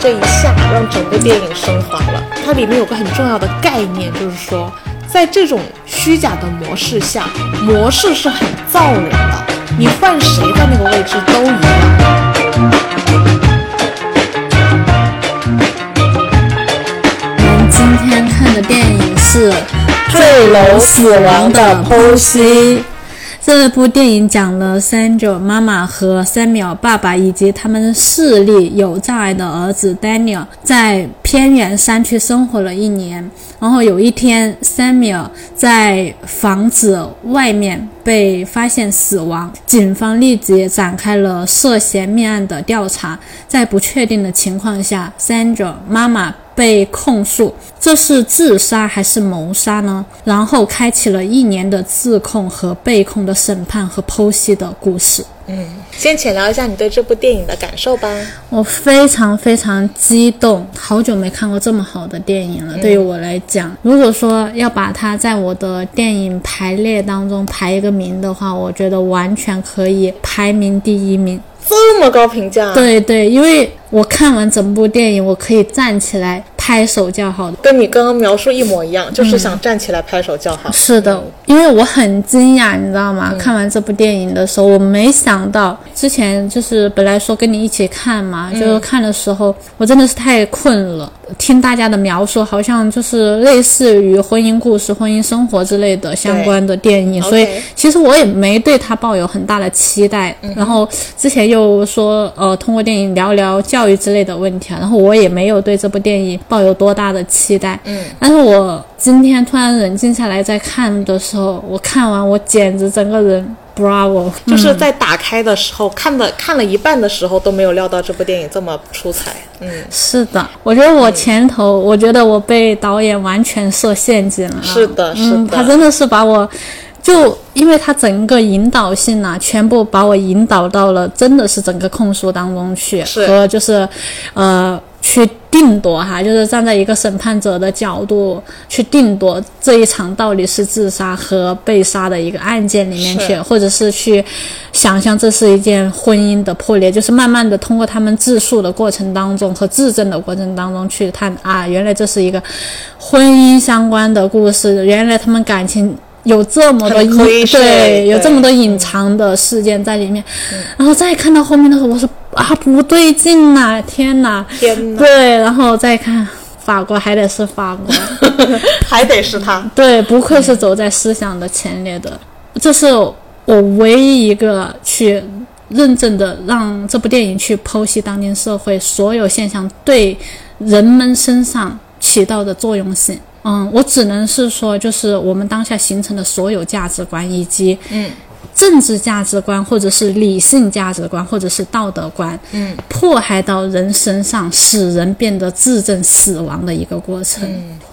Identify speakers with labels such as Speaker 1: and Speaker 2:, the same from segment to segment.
Speaker 1: 这一项让整个电影升华了。它里面有个很重要的概念，就是说，在这种虚假的模式下，模式是很造人的，你换谁在那个位置都一样。
Speaker 2: 我们今天看的电影是《
Speaker 3: 坠楼死亡的剖析。
Speaker 2: 这部电影讲了三九妈妈和三秒爸爸以及他们视力有障碍的儿子 Daniel 在偏远山区生活了一年，然后有一天，三秒在房子外面被发现死亡，警方立即展开了涉嫌命案的调查。在不确定的情况下，三九妈妈。被控诉，这是自杀还是谋杀呢？然后开启了一年的自控和被控的审判和剖析的故事。
Speaker 1: 先浅聊一下你对这部电影的感受吧。
Speaker 2: 我非常非常激动，好久没看过这么好的电影了。对于我来讲，如果说要把它在我的电影排列当中排一个名的话，我觉得完全可以排名第一名。
Speaker 1: 这么高评价，，
Speaker 2: 对对，因为我看完整部电影，我可以站起来拍手叫好的。
Speaker 1: 跟你刚刚描述一模一样，就是想站起来拍手叫好。嗯
Speaker 2: 是的，因为我很惊讶，你知道吗？看完这部电影的时候，我没想到之前就是本来说跟你一起看嘛，
Speaker 1: 嗯
Speaker 2: 就是看的时候，我真的是太困了。听大家的描述，好像就是类似于婚姻故事、婚姻生活之类的相关的电影，所以
Speaker 1: OK 嗯
Speaker 2: 其实我也没对它抱有很大的期待。然后之前又说，呃，通过电影聊聊教育之类的问题啊，然后我也没有对这部电影抱有多大的期待。嗯，但是我今天突然冷静下来再看的时候，我看完我简直整个人 bravo，
Speaker 1: 就是在打开的时候，看的看了一半的时候都没有料到这部电影这么出彩。嗯，
Speaker 2: 是的，我觉得我前头，我觉得我被导演完全设陷阱了。
Speaker 1: 是的是
Speaker 2: 嗯，
Speaker 1: 的
Speaker 2: 他真的是把我，就因为他整个引导性呐、全部把我引导到了，真的是整个控诉当中去，
Speaker 1: 是
Speaker 2: 和就是，呃。去定夺哈，就是站在一个审判者的角度去定夺这一场到底是自杀和被杀的一个案件里面去，
Speaker 1: 是
Speaker 2: 或者是去想象这是一件婚姻的破裂，就是慢慢的通过他们自述的过程当中和自证的过程当中去探啊，原来这是一个婚姻相关的故事，原来他们感情。有这么多
Speaker 1: 很
Speaker 2: 隐
Speaker 1: 亏是
Speaker 2: 对，有
Speaker 1: 对
Speaker 2: 这么多隐藏的事件在里面，然后再看到后面的时候，我说啊不对劲呐、天呐，
Speaker 1: 天哪，
Speaker 2: 对，然后再看法国还得是法国，
Speaker 1: 还得是他。
Speaker 2: 对，不愧是走在思想的前列的，这是我唯一一个去认真的让这部电影去剖析当今社会所有现象对人们身上起到的作用性。嗯，我只能是说，就是我们当下形成的所有价值观，以及嗯政治价值观，或者是理性价值观，或者是道德观，嗯，迫害到人身上，使人变得自证死亡的一个过程。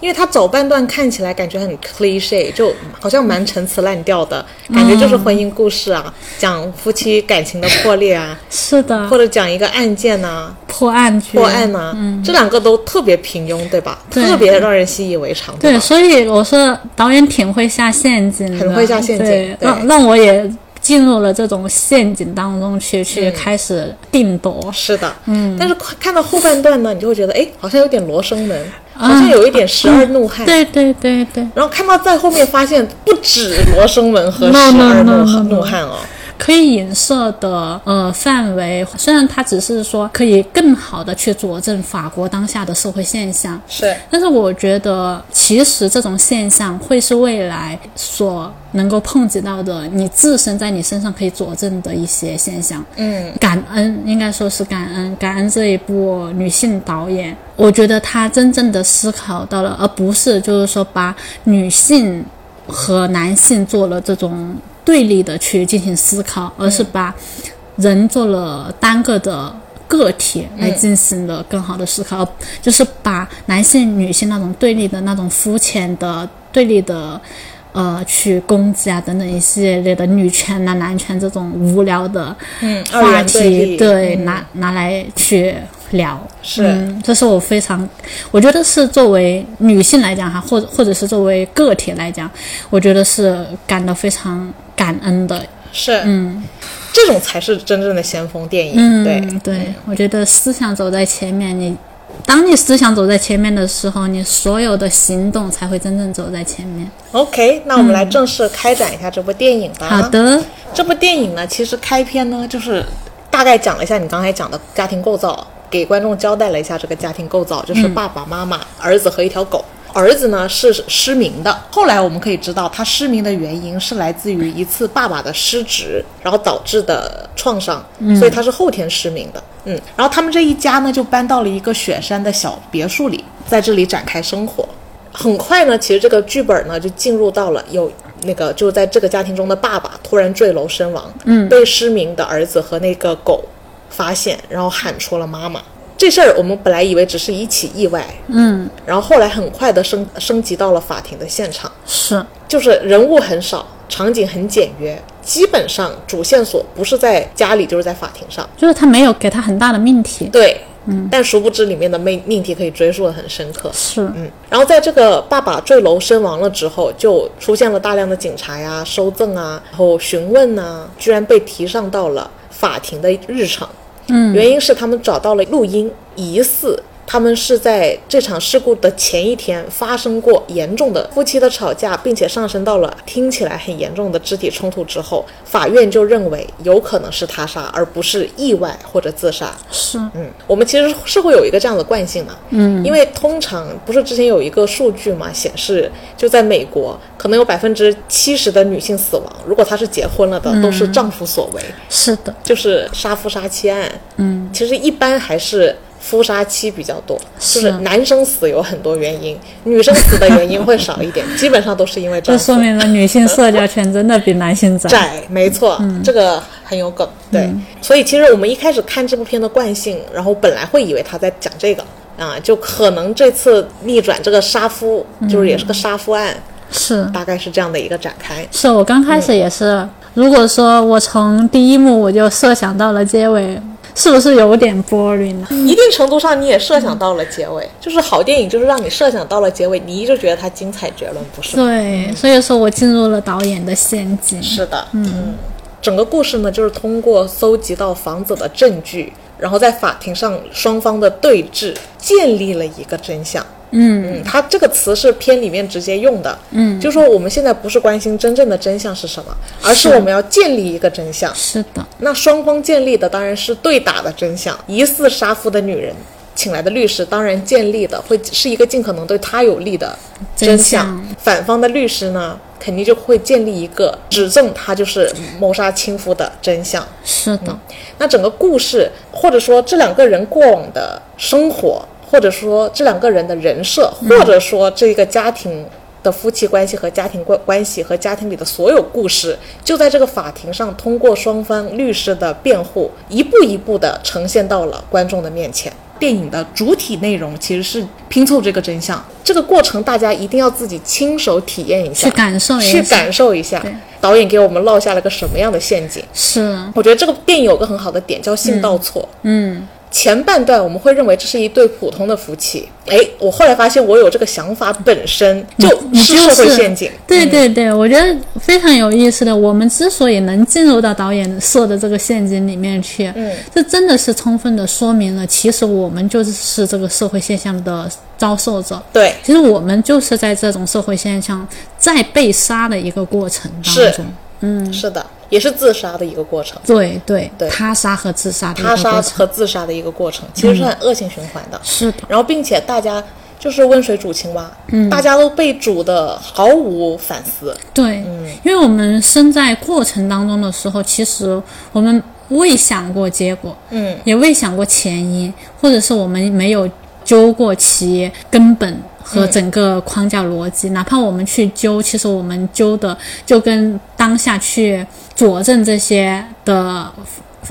Speaker 1: 因为他走半段看起来感觉很 cliche，就好像蛮陈词滥调的感觉，就是婚姻故事啊，
Speaker 2: 嗯
Speaker 1: 讲夫妻感情的破裂 啊，
Speaker 2: 是的，
Speaker 1: 或者讲一个案件呐、
Speaker 2: 破案去
Speaker 1: 破案呐、这两个都特别平庸，对吧？
Speaker 2: 嗯对
Speaker 1: 特别让人习以为常，
Speaker 2: 对，
Speaker 1: 吧？
Speaker 2: 所以我说导演挺会下陷阱的，
Speaker 1: 很会下陷阱
Speaker 2: 对
Speaker 1: 对
Speaker 2: 让让我也进入了这种陷阱当中去，
Speaker 1: 嗯
Speaker 2: 去开始定夺。
Speaker 1: 是的，嗯，但是快看到后半段呢，你就会觉得，哎，好像有点罗生门，好像有一点十二怒汉，
Speaker 2: 啊对对对对，
Speaker 1: 然后看到在后面发现不止罗生门和十
Speaker 2: No, no,
Speaker 1: 二
Speaker 2: no,
Speaker 1: 怒
Speaker 2: no, no.
Speaker 1: 怒汉哦，
Speaker 2: 可以影射的呃范围，虽然它只是说可以更好的去佐证法国当下的社会现象，
Speaker 1: 是
Speaker 2: 但是我觉得，其实这种现象会是未来所能够碰及到的，你自身在你身上可以佐证的一些现象。嗯，感恩应该说是感恩，感恩这一部女性导演，我觉得她真正的思考到了，而不是就是说把女性和男性做了这种对立的去进行思考，而是把人做了单个的个体来
Speaker 1: 嗯
Speaker 2: 进行了更好的思考，就是把男性、女性那种对立的那种肤浅的对立的。呃，去攻击啊，等等一系列的女权呐、男权这种无聊的
Speaker 1: 嗯二元
Speaker 2: 话
Speaker 1: 对
Speaker 2: 题，
Speaker 1: 立嗯
Speaker 2: 对，拿拿来去聊，
Speaker 1: 是
Speaker 2: 嗯，这是我非常，我觉得是作为女性来讲哈，或者或者是作为个体来讲，我觉得是感到非常感恩的。
Speaker 1: 是，嗯，
Speaker 2: 嗯
Speaker 1: 这种才是真正的先锋电影，对。
Speaker 2: 对，我觉得思想走在前面，你当你思想走在前面的时候，你所有的行动才会真正走在前面。
Speaker 1: OK，那我们来正式开展一下这部电影吧。
Speaker 2: 好，的，
Speaker 1: 这部电影呢，其实开篇呢，就是大概讲了一下你刚才讲的家庭构造，给观众交代了一下这个家庭构造，就是爸爸妈妈、儿子和一条狗。儿子呢是失明的，后来我们可以知道，他失明的原因是来自于一次爸爸的失职，然后导致的创伤，所以他是后天失明的。嗯，然后他们这一家呢就搬到了一个雪山的小别墅里，在这里展开生活。很快呢，其实这个剧本呢就进入到了有那个就在这个家庭中的爸爸突然坠楼身亡，嗯，被失明的儿子和那个狗发现，然后喊出了妈妈。这事儿我们本来以为只是一起意外，嗯，然后后来很快的升升级到了法庭的现场，
Speaker 2: 是
Speaker 1: 就是人物很少，场景很简约，基本上主线索不是在家里就是在法庭上。
Speaker 2: 就是他没有给他很大的命题，
Speaker 1: 对，嗯，但殊不知里面的命命题可以追溯的很深刻。
Speaker 2: 是
Speaker 1: 嗯，然后在这个爸爸坠楼身亡了之后，就出现了大量的警察呀、收赠啊，然后询问呐、居然被提上到了法庭的日程。嗯，原因是他们找到了录音，疑似他们是在这场事故的前一天发生过严重的夫妻的吵架，并且上升到了听起来很严重的肢体冲突之后，法院就认为有可能是他杀，而不是意外或者自杀。
Speaker 2: 是，
Speaker 1: 嗯，我们其实是会有一个这样的惯性的，嗯，因为通常不是之前有一个数据嘛，显示就在美国，可能有百分之七十的女性死亡，如果她是结婚了的，都是丈夫所为，
Speaker 2: 是的，
Speaker 1: 就是杀夫杀妻案，嗯，其实一般还是。夫杀妻比较多，就是
Speaker 2: 是
Speaker 1: 男生死有很多原因，女生死的原因会少 一点，基本上都是因为丈
Speaker 2: 这
Speaker 1: 夫。
Speaker 2: 说明了女性社交圈真的比男性 窄。
Speaker 1: 窄，没错，这个很有梗。对，所以其实我们一开始看这部片的惯性，然后本来会以为他在讲这个啊，就可能这次逆转这个杀夫，就是也是个杀夫案，
Speaker 2: 是
Speaker 1: 大概是这样的一个展开。
Speaker 2: 是，我刚开始也是，如果说我从第一幕我就设想到了结尾，是不是有点 boring 呢？
Speaker 1: 一定程度上，你也设想到了结尾，就是好电影，就是让你设想到了结尾，你就觉得它精彩绝伦，不是吗？
Speaker 2: 对，所以说我进入了导演的陷阱。
Speaker 1: 是的，嗯，整个故事呢，就是通过搜集到房子的证据，然后在法庭上双方的对峙，建立了一个真相。嗯，它这个词是片里面直接用的。嗯，就说我们现在不是关心真正的真相是什么，而是我们要建立一个真相。
Speaker 2: 是的，
Speaker 1: 那双方建立的当然是对打的真相，疑似杀夫的女人。请来的律师当然建立的会是一个尽可能对他有利的真
Speaker 2: 真
Speaker 1: 相，
Speaker 2: 相
Speaker 1: 反方的律师呢，肯定就会建立一个指证他就是谋杀亲夫的真相。
Speaker 2: 是的，
Speaker 1: 那整个故事，或者说这两个人过往的生活，或者说这两个人的人设，
Speaker 2: 嗯
Speaker 1: 或者说这个家庭的夫妻关系和家庭关关系和家庭里的所有故事，就在这个法庭上，通过双方律师的辩护，一步一步的呈现到了观众的面前。电影的主体内容其实是拼凑这个真相，这个过程大家一定要自己亲手体验一下，
Speaker 2: 去感受一
Speaker 1: 去
Speaker 2: 下
Speaker 1: 感受一下
Speaker 2: 对
Speaker 1: 导演给我们落下了个什么样的陷阱。
Speaker 2: 是
Speaker 1: 我觉得这个电影有个很好的点叫性倒错。嗯，前半段我们会认为这是一对普通的夫妻，哎，我后来发现我有这个想法本身 就
Speaker 2: 嗯哎你
Speaker 1: 是
Speaker 2: 就
Speaker 1: 社会
Speaker 2: 是
Speaker 1: 陷阱。嗯
Speaker 2: 对对对，我觉得非常有意思的。我们之所以能进入到导演设的这个陷阱里面去，嗯，这真的是充分的说明了，其实我们就是这个社会现象的遭受者。
Speaker 1: 对，
Speaker 2: 其实我们就是在这种社会现象在被杀的一个过程当
Speaker 1: 是
Speaker 2: 中，
Speaker 1: 是的，也是自杀的一个过程，
Speaker 2: 对对
Speaker 1: 对
Speaker 2: 他杀和自杀的一
Speaker 1: 他
Speaker 2: 个
Speaker 1: 杀
Speaker 2: 过程，
Speaker 1: 和自杀的一个过程，其实是很恶性循环的。
Speaker 2: 是的，
Speaker 1: 然后并且大家就是温水煮青蛙，嗯，大家都被煮的毫无反思，
Speaker 2: 对，
Speaker 1: 嗯
Speaker 2: 因为我们身在过程当中的时候，其实我们未想过结果，
Speaker 1: 嗯，
Speaker 2: 也未想过前因，或者是我们没有揪过其根本和
Speaker 1: 嗯
Speaker 2: 整个框架逻辑。哪怕我们去揪，其实我们揪的就跟当下去佐证这些的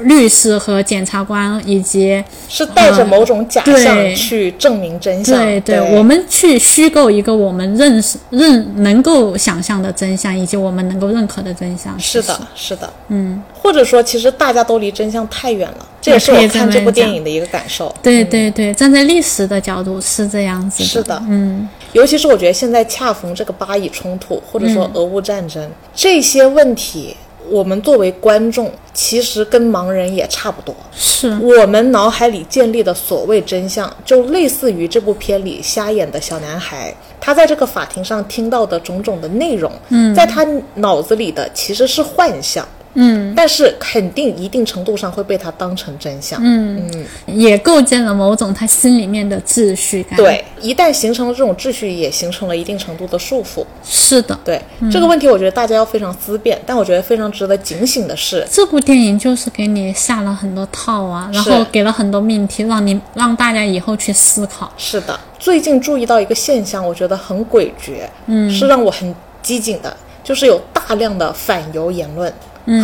Speaker 2: 律师和检察官以及
Speaker 1: 是带着某种假象
Speaker 2: 对
Speaker 1: 去证明真相。
Speaker 2: 对
Speaker 1: 啊对，
Speaker 2: 我们去虚构一个我们认识、认能够想象的真相，以及我们能够认可的真相。
Speaker 1: 是
Speaker 2: 其实
Speaker 1: 的，是的，嗯，或者说，其实大家都离真相太远了，这也
Speaker 2: 也
Speaker 1: 是
Speaker 2: 嗯可以
Speaker 1: 我
Speaker 2: 这
Speaker 1: 看
Speaker 2: 么
Speaker 1: 这部电
Speaker 2: 讲
Speaker 1: 影的一个感受。
Speaker 2: 对对对，站在历史的角度是这样子的。
Speaker 1: 是的，嗯，尤其是我觉得现在恰逢这个巴以冲突，或者说俄乌战争、这些问题，我们作为观众，其实跟盲人也差不多。
Speaker 2: 是
Speaker 1: 我们脑海里建立的所谓真相，就类似于这部片里瞎眼的小男孩，他在这个法庭上听到的种种的内容，嗯，在他脑子里的其实是幻象，嗯，但是肯定一定程度上会被他当成真相，嗯，
Speaker 2: 也构建了某种他心里面的秩序感。，
Speaker 1: 对，一旦形成了这种秩序，也形成了一定程度的束缚。
Speaker 2: 是的，
Speaker 1: 对、这个问题，我觉得大家要非常思辨，但我觉得非常值得警醒的是，
Speaker 2: 这部电影就是给你下了很多套啊，然
Speaker 1: 是
Speaker 2: 后给了很多命题，让你让大家以后去思考。
Speaker 1: 是的，最近注意到一个现象，我觉得很诡谲，嗯，是让我很机警的，就是有大量的反犹言论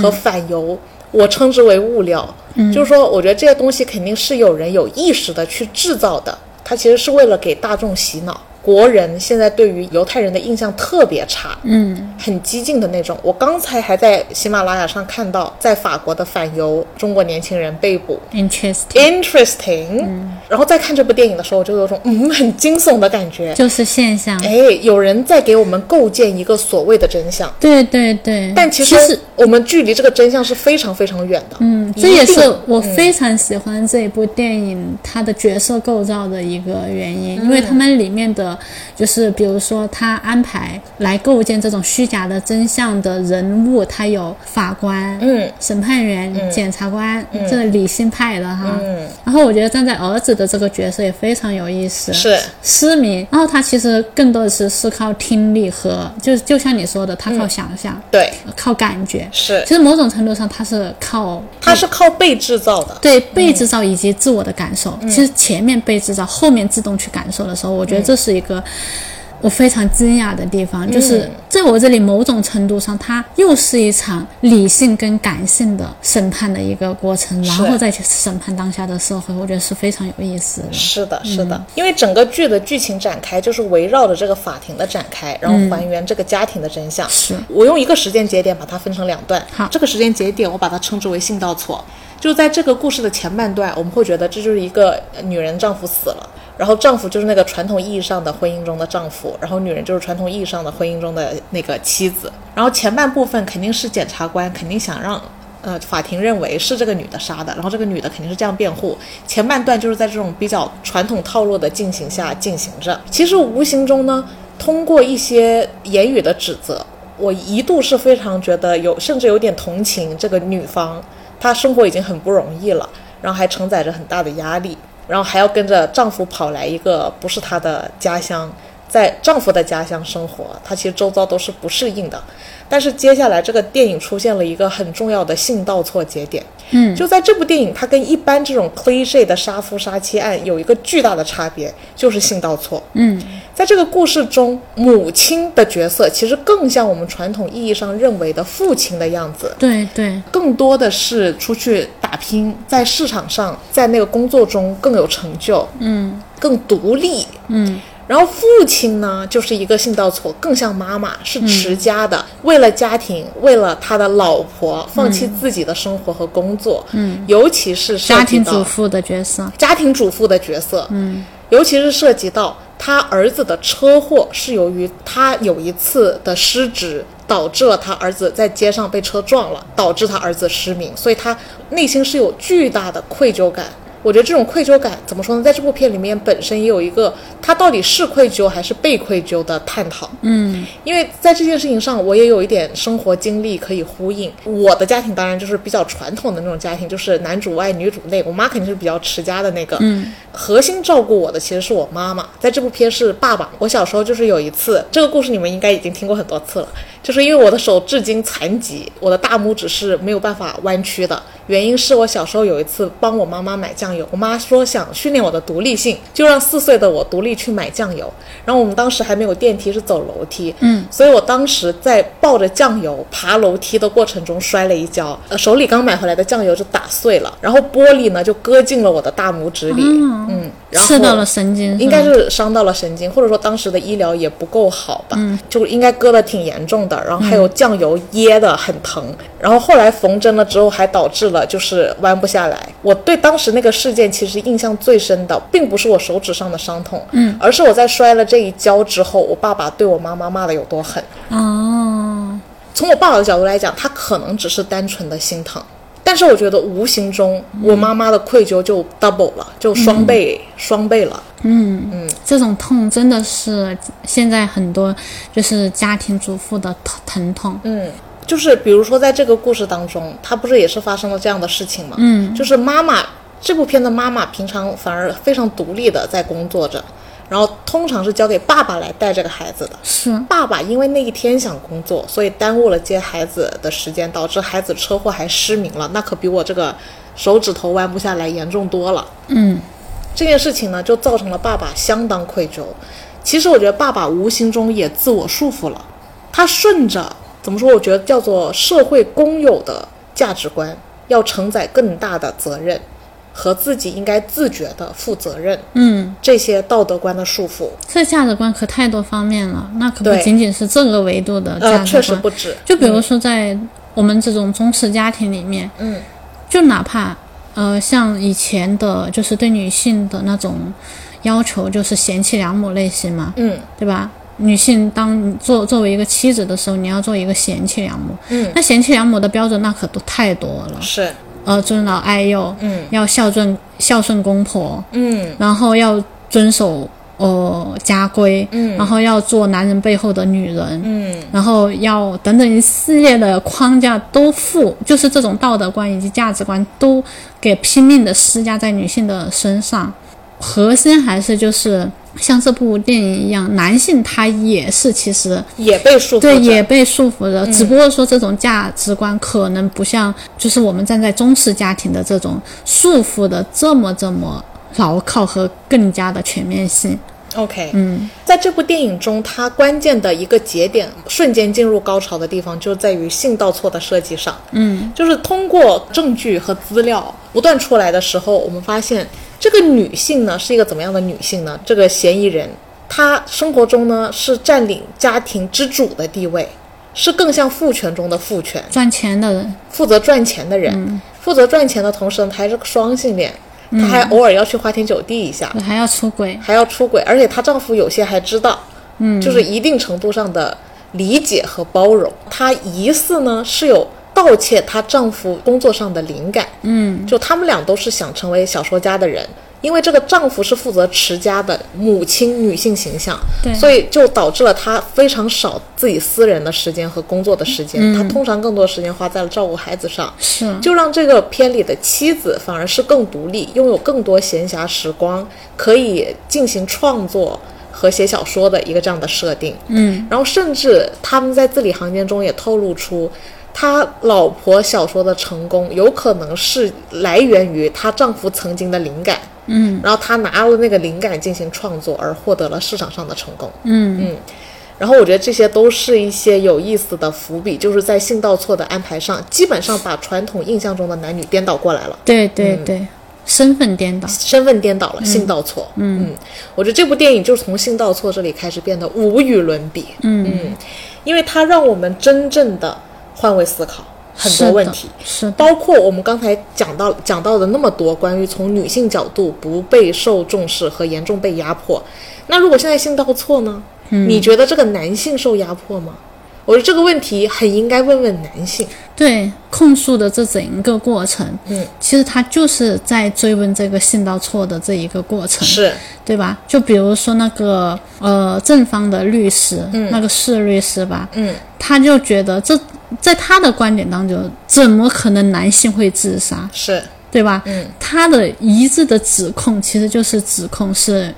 Speaker 1: 和反犹，我称之为物料，嗯、就是说，我觉得这些东西肯定是有人有意识的去制造的，它其实是为了给大众洗脑。国人现在对于犹太人的印象特别差，嗯，很激进的那种。我刚才还在喜马拉雅上看到，在法国的反犹中国年轻人被捕，
Speaker 2: Interesting，
Speaker 1: interesting、然后再看这部电影的时候，我就有种嗯很惊悚的感觉。
Speaker 2: 就是现象。
Speaker 1: 哎，有人在给我们构建一个所谓的真相，
Speaker 2: 对对对，
Speaker 1: 但其实我们距离这个真相是非常非常远的。嗯
Speaker 2: 这也是我非常喜欢这一部电影它的角色构造的一个原因，
Speaker 1: 嗯
Speaker 2: 因为他们里面的就是比如说他安排来构建这种虚假的真相的人物，他有法官、
Speaker 1: 嗯、
Speaker 2: 审判员、检察官，这理性派的哈。嗯、然后我觉得站在儿子的这个角色也非常有意思，
Speaker 1: 是
Speaker 2: 失明，然后他其实更多的是是靠听力和就就像你说的，他靠想象，
Speaker 1: 嗯对，
Speaker 2: 靠感觉。
Speaker 1: 是
Speaker 2: 其，实某种程度上，他是靠
Speaker 1: 它是靠被制造的。
Speaker 2: 对被制造以及自我的感受，
Speaker 1: 嗯
Speaker 2: 其实前面被制造，后面自动去感受的时候，我觉得这是一个我非常惊讶的地
Speaker 1: 嗯
Speaker 2: 方，就是在我这里某种程度上，它又是一场理性跟感性的审判的一个过程，然后再去审判当下的社会，我觉得是非常有意思的。
Speaker 1: 是的，是的，因为整个剧的剧情展开就是围绕着这个法庭的展开，然后还原这个家庭的真相。
Speaker 2: 是
Speaker 1: 我用一个时间节点把它分成两段。
Speaker 2: 好
Speaker 1: 这个时间节点我把它称之为性倒错，就是在这个故事的前半段，我们会觉得这就是一个呃女人丈夫死了，然后丈夫就是那个传统意义上的婚姻中的丈夫，然后女人就是传统意义上的婚姻中的那个妻子。然后前半部分肯定是检察官肯定想让。呃，法庭认为是这个女的杀的，然后这个女的肯定是这样辩护。前半段就是在这种比较传统套路的进行下进行着。其实无形中呢，通过一些言语的指责，我一度是非常觉得有，甚至有点同情这个女方，她生活已经很不容易了，然后还承载着很大的压力，然后还要跟着丈夫跑来一个不是她的家乡，在丈夫的家乡生活，她其实周遭都是不适应的。但是接下来这个电影出现了一个很重要的性倒错节点，嗯，就在这部电影，它跟一般这种 cliche 的杀夫杀妻案有一个巨大的差别，就是性倒错，嗯，在这个故事中，母亲的角色其实更像我们传统意义上认为的父亲的样子，
Speaker 2: 对对，
Speaker 1: 更多的是出去打拼，在市场上，在那个工作中更有成就，嗯，更独立，嗯。然后父亲呢，就是一个性倒错，更像妈妈，是持家的，为了家庭，为了他的老婆，放弃自己的生活和工作，嗯，尤其是涉及
Speaker 2: 家庭
Speaker 1: 到
Speaker 2: 主妇的角色，
Speaker 1: 家庭主妇的角色，嗯，尤其是涉及到他儿子的车祸是由于他有一次的失职，导致了他儿子在街上被车撞了，导致他儿子失明，所以他内心是有巨大的愧疚感。我觉得这种愧疚感怎么说呢？在这部片里面本身也有一个他到底是愧疚还是被愧疚的探讨。嗯，因为在这件事情上，我也有一点生活经历可以呼应。我的家庭当然就是比较传统的那种家庭，就是男主外女主内。我妈肯定是比较持家的那个。嗯，核心照顾我的其实是我妈妈，在这部片是爸爸。我小时候就是有一次，这个故事你们应该已经听过很多次了，就是因为我的手至今残疾，我的大拇指是没有办法弯曲的。原因是我小时候有一次帮我妈妈买酱油，我妈说想训练我的独立性，就让四岁的我独立去买酱油。然后我们当时还没有电梯，是走楼梯，嗯，所以我当时在抱着酱油爬楼梯的过程中摔了一跤，呃，手里刚买回来的酱油就打碎了，然后玻璃呢就割进了我的大拇指里，嗯，然后
Speaker 2: 刺到了神经，
Speaker 1: 应该
Speaker 2: 是吧
Speaker 1: 是伤到了神经，或者说当时的医疗也不够好吧，就应该割的挺严重的，然后还有酱油噎的很疼，然后后来缝针了之后还导致了就是弯不下来。我对当时那个事件其实印象最深的，并不是我手指上的伤痛，嗯，而是我在摔了这一跤之后，我爸爸对我妈妈骂的有多狠。
Speaker 2: 哦，
Speaker 1: 从我爸爸的角度来讲，他可能只是单纯的心疼，但是我觉得无形中我妈妈的愧疚就 double 了，就双倍、双倍了。
Speaker 2: 这种痛真的是现在很多就是家庭主妇的疼疼痛。
Speaker 1: 嗯，就是比如说在这个故事当中，她不是也是发生了这样的事情吗？嗯，就是妈妈这部片的妈妈平常反而非常独立的在工作着，然后通常是交给爸爸来带这个孩子的。
Speaker 2: 是，
Speaker 1: 爸爸因为那一天想工作，所以耽误了接孩子的时间，导致孩子车祸还失明了，那可比我这个手指头弯不下来严重多了。嗯，这件事情呢，就造成了爸爸相当愧疚。其实我觉得爸爸无形中也自我束缚了，他顺着怎么说？我觉得叫做社会公有的价值观，要承载更大的责任和自己应该自觉的负责任。嗯，这些道德观的束缚，
Speaker 2: 这价值观可太多方面了，那可不
Speaker 1: 对
Speaker 2: 仅仅是这个维度的价值观，
Speaker 1: 呃，确实不止。
Speaker 2: 就比如说在我们这种中式家庭里面，
Speaker 1: 嗯，
Speaker 2: 就哪怕呃像以前的，就是对女性的那种要求，就是贤妻良母类型嘛，
Speaker 1: 嗯，
Speaker 2: 对吧？女性当做作为一个妻子的时候，你要做一个贤妻良母。
Speaker 1: 嗯，
Speaker 2: 那贤妻良母的标准那可都太多了，
Speaker 1: 是，
Speaker 2: 呃，尊老爱幼，
Speaker 1: 嗯，
Speaker 2: 要孝顺孝顺公婆，
Speaker 1: 嗯
Speaker 2: 然后要遵守呃家规，
Speaker 1: 嗯
Speaker 2: 然后要做男人背后的女人，
Speaker 1: 嗯
Speaker 2: 然后要等等一系列的框架都附，就是这种道德观以及价值观都给拼命的施加在女性的身上。核心还是就是像这部电影一样，男性他也是其实
Speaker 1: 也被束缚着。
Speaker 2: 对也被束缚着，
Speaker 1: 嗯
Speaker 2: 只不过说这种价值观可能不像就是我们站在中式家庭的这种束缚的这么这么牢靠和更加的全面性。
Speaker 1: OK，嗯，在这部电影中，它关键的一个节点，瞬间进入高潮的地方，就在于性倒错的设计上。嗯，就是通过证据和资料不断出来的时候，我们发现这个女性呢是一个怎么样的女性呢？这个嫌疑人，她生活中呢是占领家庭之主的地位，是更像父权中的父权。
Speaker 2: 赚钱的人
Speaker 1: 负责赚钱的人，负责赚钱的同时呢，他还是个双性恋，他还偶尔要去花天酒地一下，
Speaker 2: 还要出轨，
Speaker 1: 还要出轨，而且她丈夫有些还知道，嗯，就是一定程度上的理解和包容。她疑似呢是有盗窃她丈夫工作上的灵感，嗯，就他们俩都是想成为小说家的人。因为这个丈夫是负责持家的母亲女性形象，
Speaker 2: 对
Speaker 1: 所以就导致了她非常少自己私人的时间和工作的时间，她通常更多时间花在了照顾孩子上。
Speaker 2: 是
Speaker 1: 就让这个片里的妻子反而是更独立，拥有更多闲暇时光，可以进行创作和写小说的一个这样的设定。嗯，然后甚至他们在字里行间中也透露出，他老婆小说的成功有可能是来源于她丈夫曾经的灵感。嗯，然后她拿了那个灵感进行创作，而获得了市场上的成功。然后我觉得这些都是一些有意思的伏笔，就是在性倒错的安排上，基本上把传统印象中的男女颠倒过来了，
Speaker 2: 对对
Speaker 1: 嗯
Speaker 2: 对，身份颠倒。
Speaker 1: 身份颠倒了，性倒错。嗯我觉得这部电影就是从性倒错这里开始变得无与伦比。嗯因为它让我们真正的换位思考很
Speaker 2: 是
Speaker 1: 多
Speaker 2: 的
Speaker 1: 问题。
Speaker 2: 是的，
Speaker 1: 包括我们刚才讲到讲到的那么多关于从女性角度不备受重视和严重被压迫，那如果现在性倒错呢？你觉得这个男性受压迫吗？我觉得这个问题很应该问问男性。
Speaker 2: 对控诉的这整一个过程，
Speaker 1: 嗯，
Speaker 2: 其实他就是在追问这个性到错的这一个过程，
Speaker 1: 是，
Speaker 2: 对吧？就比如说那个呃正方的律师，那个是律师吧，
Speaker 1: 嗯，
Speaker 2: 他就觉得这在他的观点当中，怎么可能男性会自杀，
Speaker 1: 是，
Speaker 2: 对吧？
Speaker 1: 嗯，
Speaker 2: 他的一致的指控其实就是指控是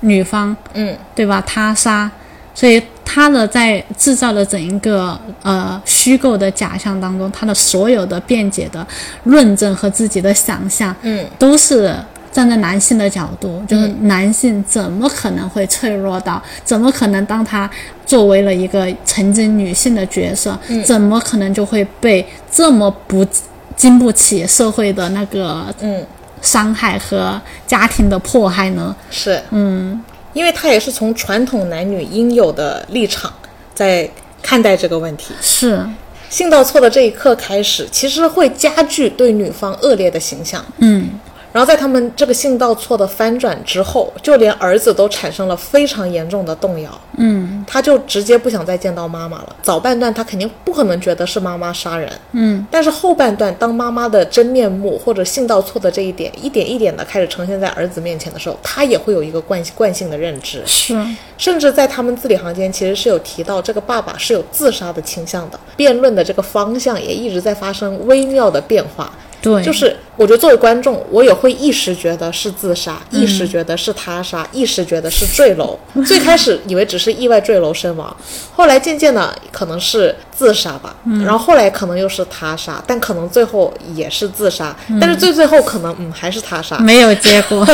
Speaker 2: 女方
Speaker 1: 嗯，
Speaker 2: 对吧？他杀，所以他的在制造的整一个呃虚构的假象当中，他的所有的辩解的论证和自己的想象，
Speaker 1: 嗯，
Speaker 2: 都是站在男性的角度，就是男性怎么可能会脆弱到，怎么可能当他作为了一个曾经女性的角色，
Speaker 1: 嗯
Speaker 2: 怎么可能就会被这么不经不起社会的那个
Speaker 1: 嗯
Speaker 2: 伤害和家庭的迫害呢？
Speaker 1: 是，嗯，因为他也是从传统男女应有的立场在看待这个问题。
Speaker 2: 是，
Speaker 1: 性倒错的这一刻开始，其实会加剧对女方恶劣的形象。嗯，然后在他们这个信道错的翻转之后，就连儿子都产生了非常严重的动摇。嗯，他就直接不想再见到妈妈了。早半段他肯定不可能觉得是妈妈杀人。嗯，但是后半段当妈妈的真面目或者信道错的这一点一点一点的开始呈现在儿子面前的时候，他也会有一个惯惯性的认知。
Speaker 2: 是
Speaker 1: 甚至在他们字里行间，其实是有提到这个爸爸是有自杀的倾向的。辩论的这个方向也一直在发生微妙的变化。
Speaker 2: 对，
Speaker 1: 就是我觉得作为观众，我也会一时觉得是自杀，一时觉得是他杀，一时觉得是坠楼。最开始以为只是意外坠楼身亡，后来渐渐的可能是自杀吧，然后后来可能又是他杀，但可能最后也是自杀，但是最最后可能嗯还是他 杀，
Speaker 2: 没有结果。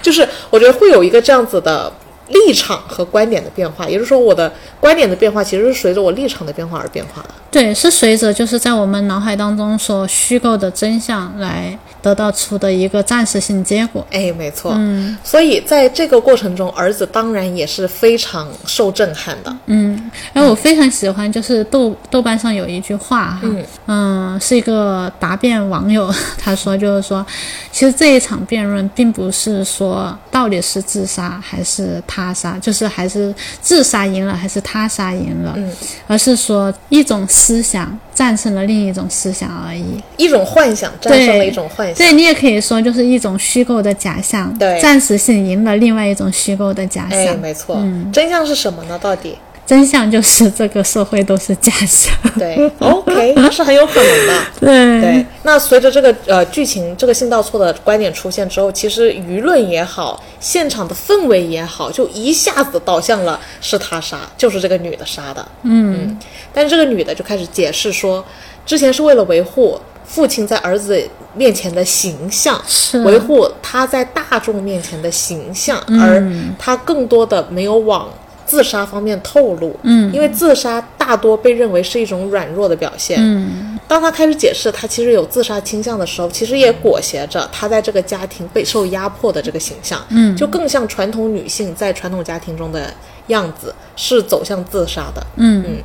Speaker 1: 就是我觉得会有一个这样子的立场和观点的变化，也就是说我的观点的变化其实是随着我立场的变化而变化的。
Speaker 2: 对，是随着就是在我们脑海当中所虚构的真相来得到出的一个暂时性结果。
Speaker 1: 哎，没错，嗯，所以在这个过程中，儿子当然也是非常受震撼的，
Speaker 2: 嗯，然后我非常喜欢，就是豆豆瓣上有一句话哈，嗯是一个答辩网友 他说，就是说，其实这一场辩论并不是说到底是自杀还是他杀，就是还是自杀赢了还是他杀赢了，嗯，而是说一种思想战胜了另一种思想而已。
Speaker 1: 一种幻想战胜了一种幻想，
Speaker 2: 对你也可以说就是一种虚构的假象，
Speaker 1: 对
Speaker 2: 暂时性赢了另外一种虚构的假
Speaker 1: 哎，
Speaker 2: 象。
Speaker 1: 没错，
Speaker 2: 嗯
Speaker 1: 真相是什么呢？到 底？
Speaker 2: 真相就是这个社会都是假象。
Speaker 1: 对，OK，是很有可能的。
Speaker 2: 对
Speaker 1: 对，那随着这个呃剧情这个信道错的观点出现之后，其实舆论也好，现场的氛围也好，就一下子导向了是他杀，就是这个女的杀的。嗯但是这个女的就开始解释说，之前是为了维护父亲在儿子面前的形象，
Speaker 2: 是
Speaker 1: 维护他在大众面前的形象，而他更多的没有往。自杀方面透露，嗯，因为自杀大多被认为是一种软弱的表现，嗯，当他开始解释他其实有自杀倾向的时候，其实也裹挟着他在这个家庭备受压迫的这个形象，嗯，就更像传统女性在传统家庭中的样子，是走向自杀的，嗯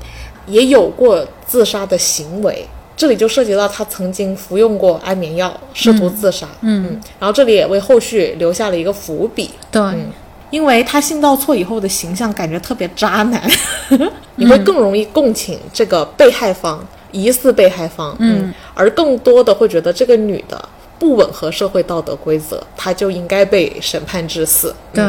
Speaker 1: 也有过自杀的行为。这里就涉及到他曾经服用过安眠药，试图自杀。嗯然后这里也为后续留下了一个伏笔，
Speaker 2: 对，
Speaker 1: 因为他性道错以后的形象感觉特别渣男， 嗯你会更容易共情这个被害方，疑似被害方，嗯，而更多的会觉得这个女的不吻合社会道德规则，她就应该被审判致死。
Speaker 2: 对，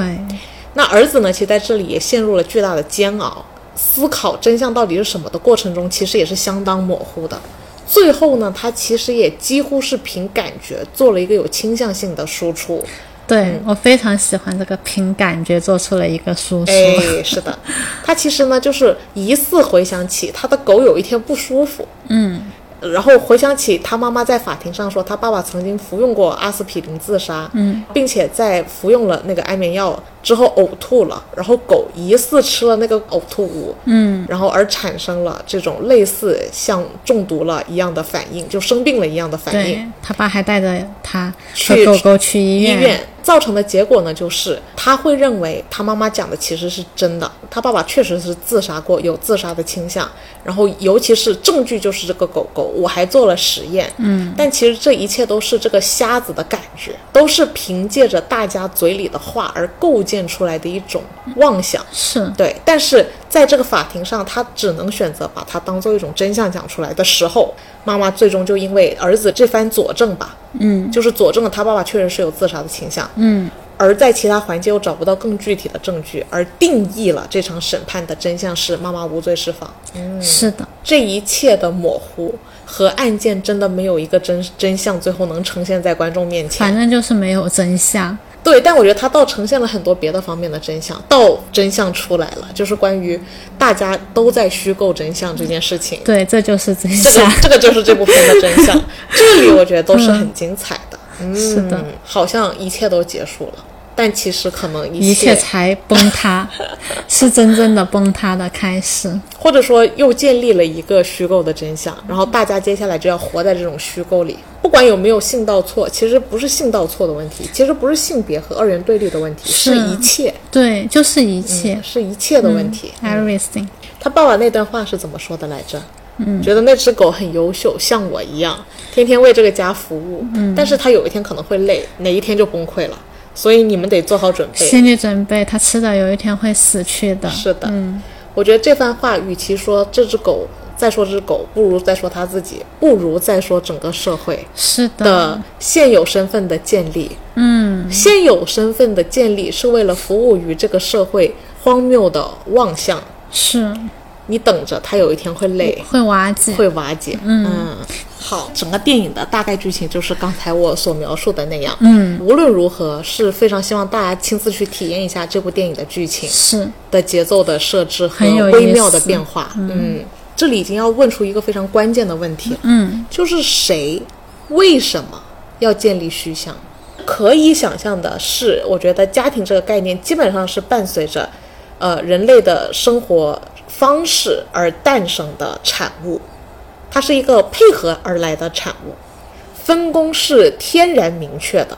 Speaker 1: 那儿子呢，其实在这里也陷入了巨大的煎熬，思考真相到底是什么的过程中，其实也是相当模糊的。最后呢，他其实也几乎是凭感觉做了一个有倾向性的输出。
Speaker 2: 对、
Speaker 1: 嗯
Speaker 2: 我非常喜欢这个凭感觉做出了一个输出。
Speaker 1: 哎，是的，他其实呢，就是疑似回想起他的狗有一天不舒服，嗯，然后回想起他妈妈在法庭上说，他爸爸曾经服用过阿司匹林自杀，嗯，并且在服用了那个安眠药之后呕吐了，然后狗疑似吃了那个呕吐物，嗯，然后而产生了这种类似像中毒了一样的反应，就生病了一样的反应，
Speaker 2: 对他爸还带着他和
Speaker 1: 去
Speaker 2: 狗狗去医
Speaker 1: 医
Speaker 2: 院。
Speaker 1: 院造成的结果呢，就是他会认为他妈妈讲的其实是真的，他爸爸确实是自杀过，有自杀的倾向。然后，尤其是证据就是这个狗狗，我还做了实验。嗯，但其实这一切都是这个瞎子的感觉，都是凭借着大家嘴里的话而构建出来的一种妄想。
Speaker 2: 是
Speaker 1: 对，但是在这个法庭上，他只能选择把它当做一种真相讲出来的时候，妈妈最终就因为儿子这番佐证吧，嗯，就是佐证了他爸爸确实是有自杀的倾向，嗯，而在其他环节又找不到更具体的证据，而定义了这场审判的真相是妈妈无罪释放，
Speaker 2: 是的，
Speaker 1: 这一切的模糊和案件真的没有一个真真相最后能呈现在观众面前，
Speaker 2: 反正就是没有真相。
Speaker 1: 对，但我觉得他倒呈现了很多别的方面的真相，倒真相出来了，就是关于大家都在虚构真相这件事情。
Speaker 2: 对，这嗯就是啊真
Speaker 1: 这个
Speaker 2: 相。
Speaker 1: 这个就是这部分的真相，这里我觉得都是很精彩的。嗯，
Speaker 2: 是的，
Speaker 1: 好像一切都结束了，但其实可能一
Speaker 2: 一切才崩 塌，是真正的崩塌的开始。
Speaker 1: 或者说又建立了一个虚构的真相，然后大家接下来就要活在这种虚构里。不管有没有性道错，其实不是性道错的问题，其实不是性别和二元对立的问题，是
Speaker 2: 是啊
Speaker 1: 一切，
Speaker 2: 对，就是一切、
Speaker 1: 是一切的问题。
Speaker 2: e v e r y t h i n g
Speaker 1: 他爸爸那段话是怎么说的来着？嗯，觉得那只狗很优秀，像我一样，天天为这个家服务，嗯，但是它有一天可能会累，哪一天就崩溃了，所以你们得做好准备。
Speaker 2: 心理准备，它迟早有一天会死去的。嗯
Speaker 1: 是的，我觉得这番话，与其说这只狗再说这只狗，不如再说它自己，不如再说整个社会
Speaker 2: 是的，
Speaker 1: 的现有身份的建立。嗯，现有身份的建立是为了服务于这个社会荒谬的妄想。
Speaker 2: 是
Speaker 1: 你等着，它有一天会累，
Speaker 2: 会瓦解。
Speaker 1: 会瓦解。嗯。好，整个电影的大概剧情就是刚才我所描述的那样。嗯，无论如何是非常希望大家亲自去体验一下这部电影的剧情。
Speaker 2: 是，
Speaker 1: 的节奏的设置和
Speaker 2: 很有
Speaker 1: 微
Speaker 2: 意
Speaker 1: 妙的
Speaker 2: 思
Speaker 1: 变化。嗯，这里已经要问出一个非常关键的问题了，
Speaker 2: 嗯，
Speaker 1: 就是谁为什么要建立虚像？可以想象的是，我觉得家庭这个概念基本上是伴随着，呃，人类的生活方式而诞生的产物，它是一个配合而来的产物，分工是天然明确的。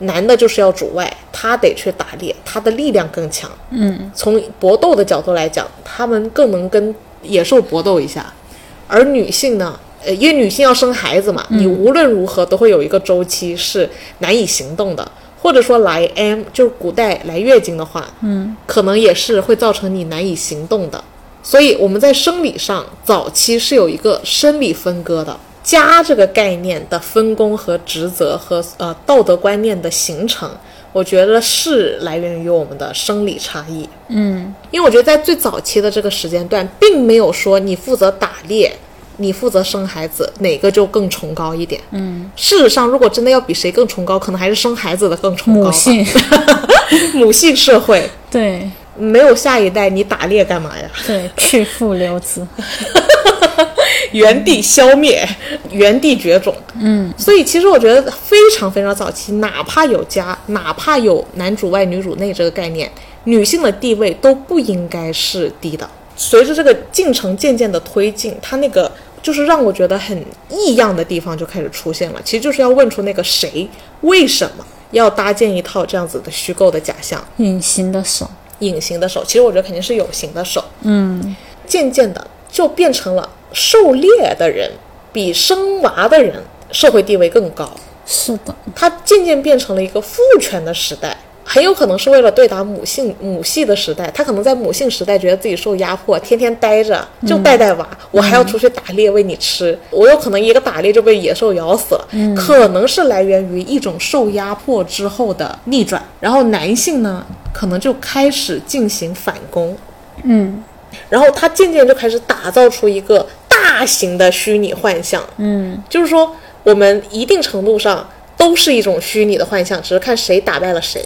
Speaker 1: 男的就是要主外，他得去打猎，他的力量更强。嗯，从搏斗的角度来讲，他们更能跟野兽搏斗一下。而女性呢，呃，因为女性要生孩子嘛，你无论如何都会有一个周期是难以行动的，或者说来 M 就是古代来月经的话，嗯，可能也是会造成你难以行动的。所以我们在生理上早期是有一个生理分割的。家这个概念的分工和职责和呃道德观念的形成，我觉得是来源于我们的生理差异。
Speaker 2: 嗯
Speaker 1: 因为我觉得在最早期的这个时间段，并没有说你负责打猎，你负责生孩子，哪个就更崇高一点。嗯，事实上，如果真的要比谁更崇高，可能还是生孩子的更崇高吧。
Speaker 2: 母性，
Speaker 1: 母系社会
Speaker 2: 对
Speaker 1: 没有下一代，你打猎干嘛呀？
Speaker 2: 对， 去父留子，
Speaker 1: 原地消灭，原地绝种。嗯，所以其实我觉得非常非常早期，哪怕有家，哪怕有男主外女主内这个概念，女性的地位都不应该是低的。随着这个进程渐渐的推进，它那个就是让我觉得很异样的地方就开始出现了。其实就是要问出那个谁为什么要搭建一套这样子的虚构的假象。
Speaker 2: 隐形的手，
Speaker 1: 隐形的手，其实我觉得肯定是有形的手。嗯，渐渐的就变成了狩猎的人比生娃的人社会地位更高，
Speaker 2: 是的，
Speaker 1: 它渐渐变成了一个父权的时代。很有可能是为了对打母性母系的时代，他可能在母性时代觉得自己受压迫，天天待着就带带娃，我还要出去打猎喂你吃，我有可能一个打猎就被野兽咬死了，可能是来源于一种受压迫之后的逆转。然后男性呢，可能就开始进行反攻，然后他渐渐就开始打造出一个大型的虚拟幻象。嗯，就是说我们一定程度上都是一种虚拟的幻象，只是看谁打败了谁。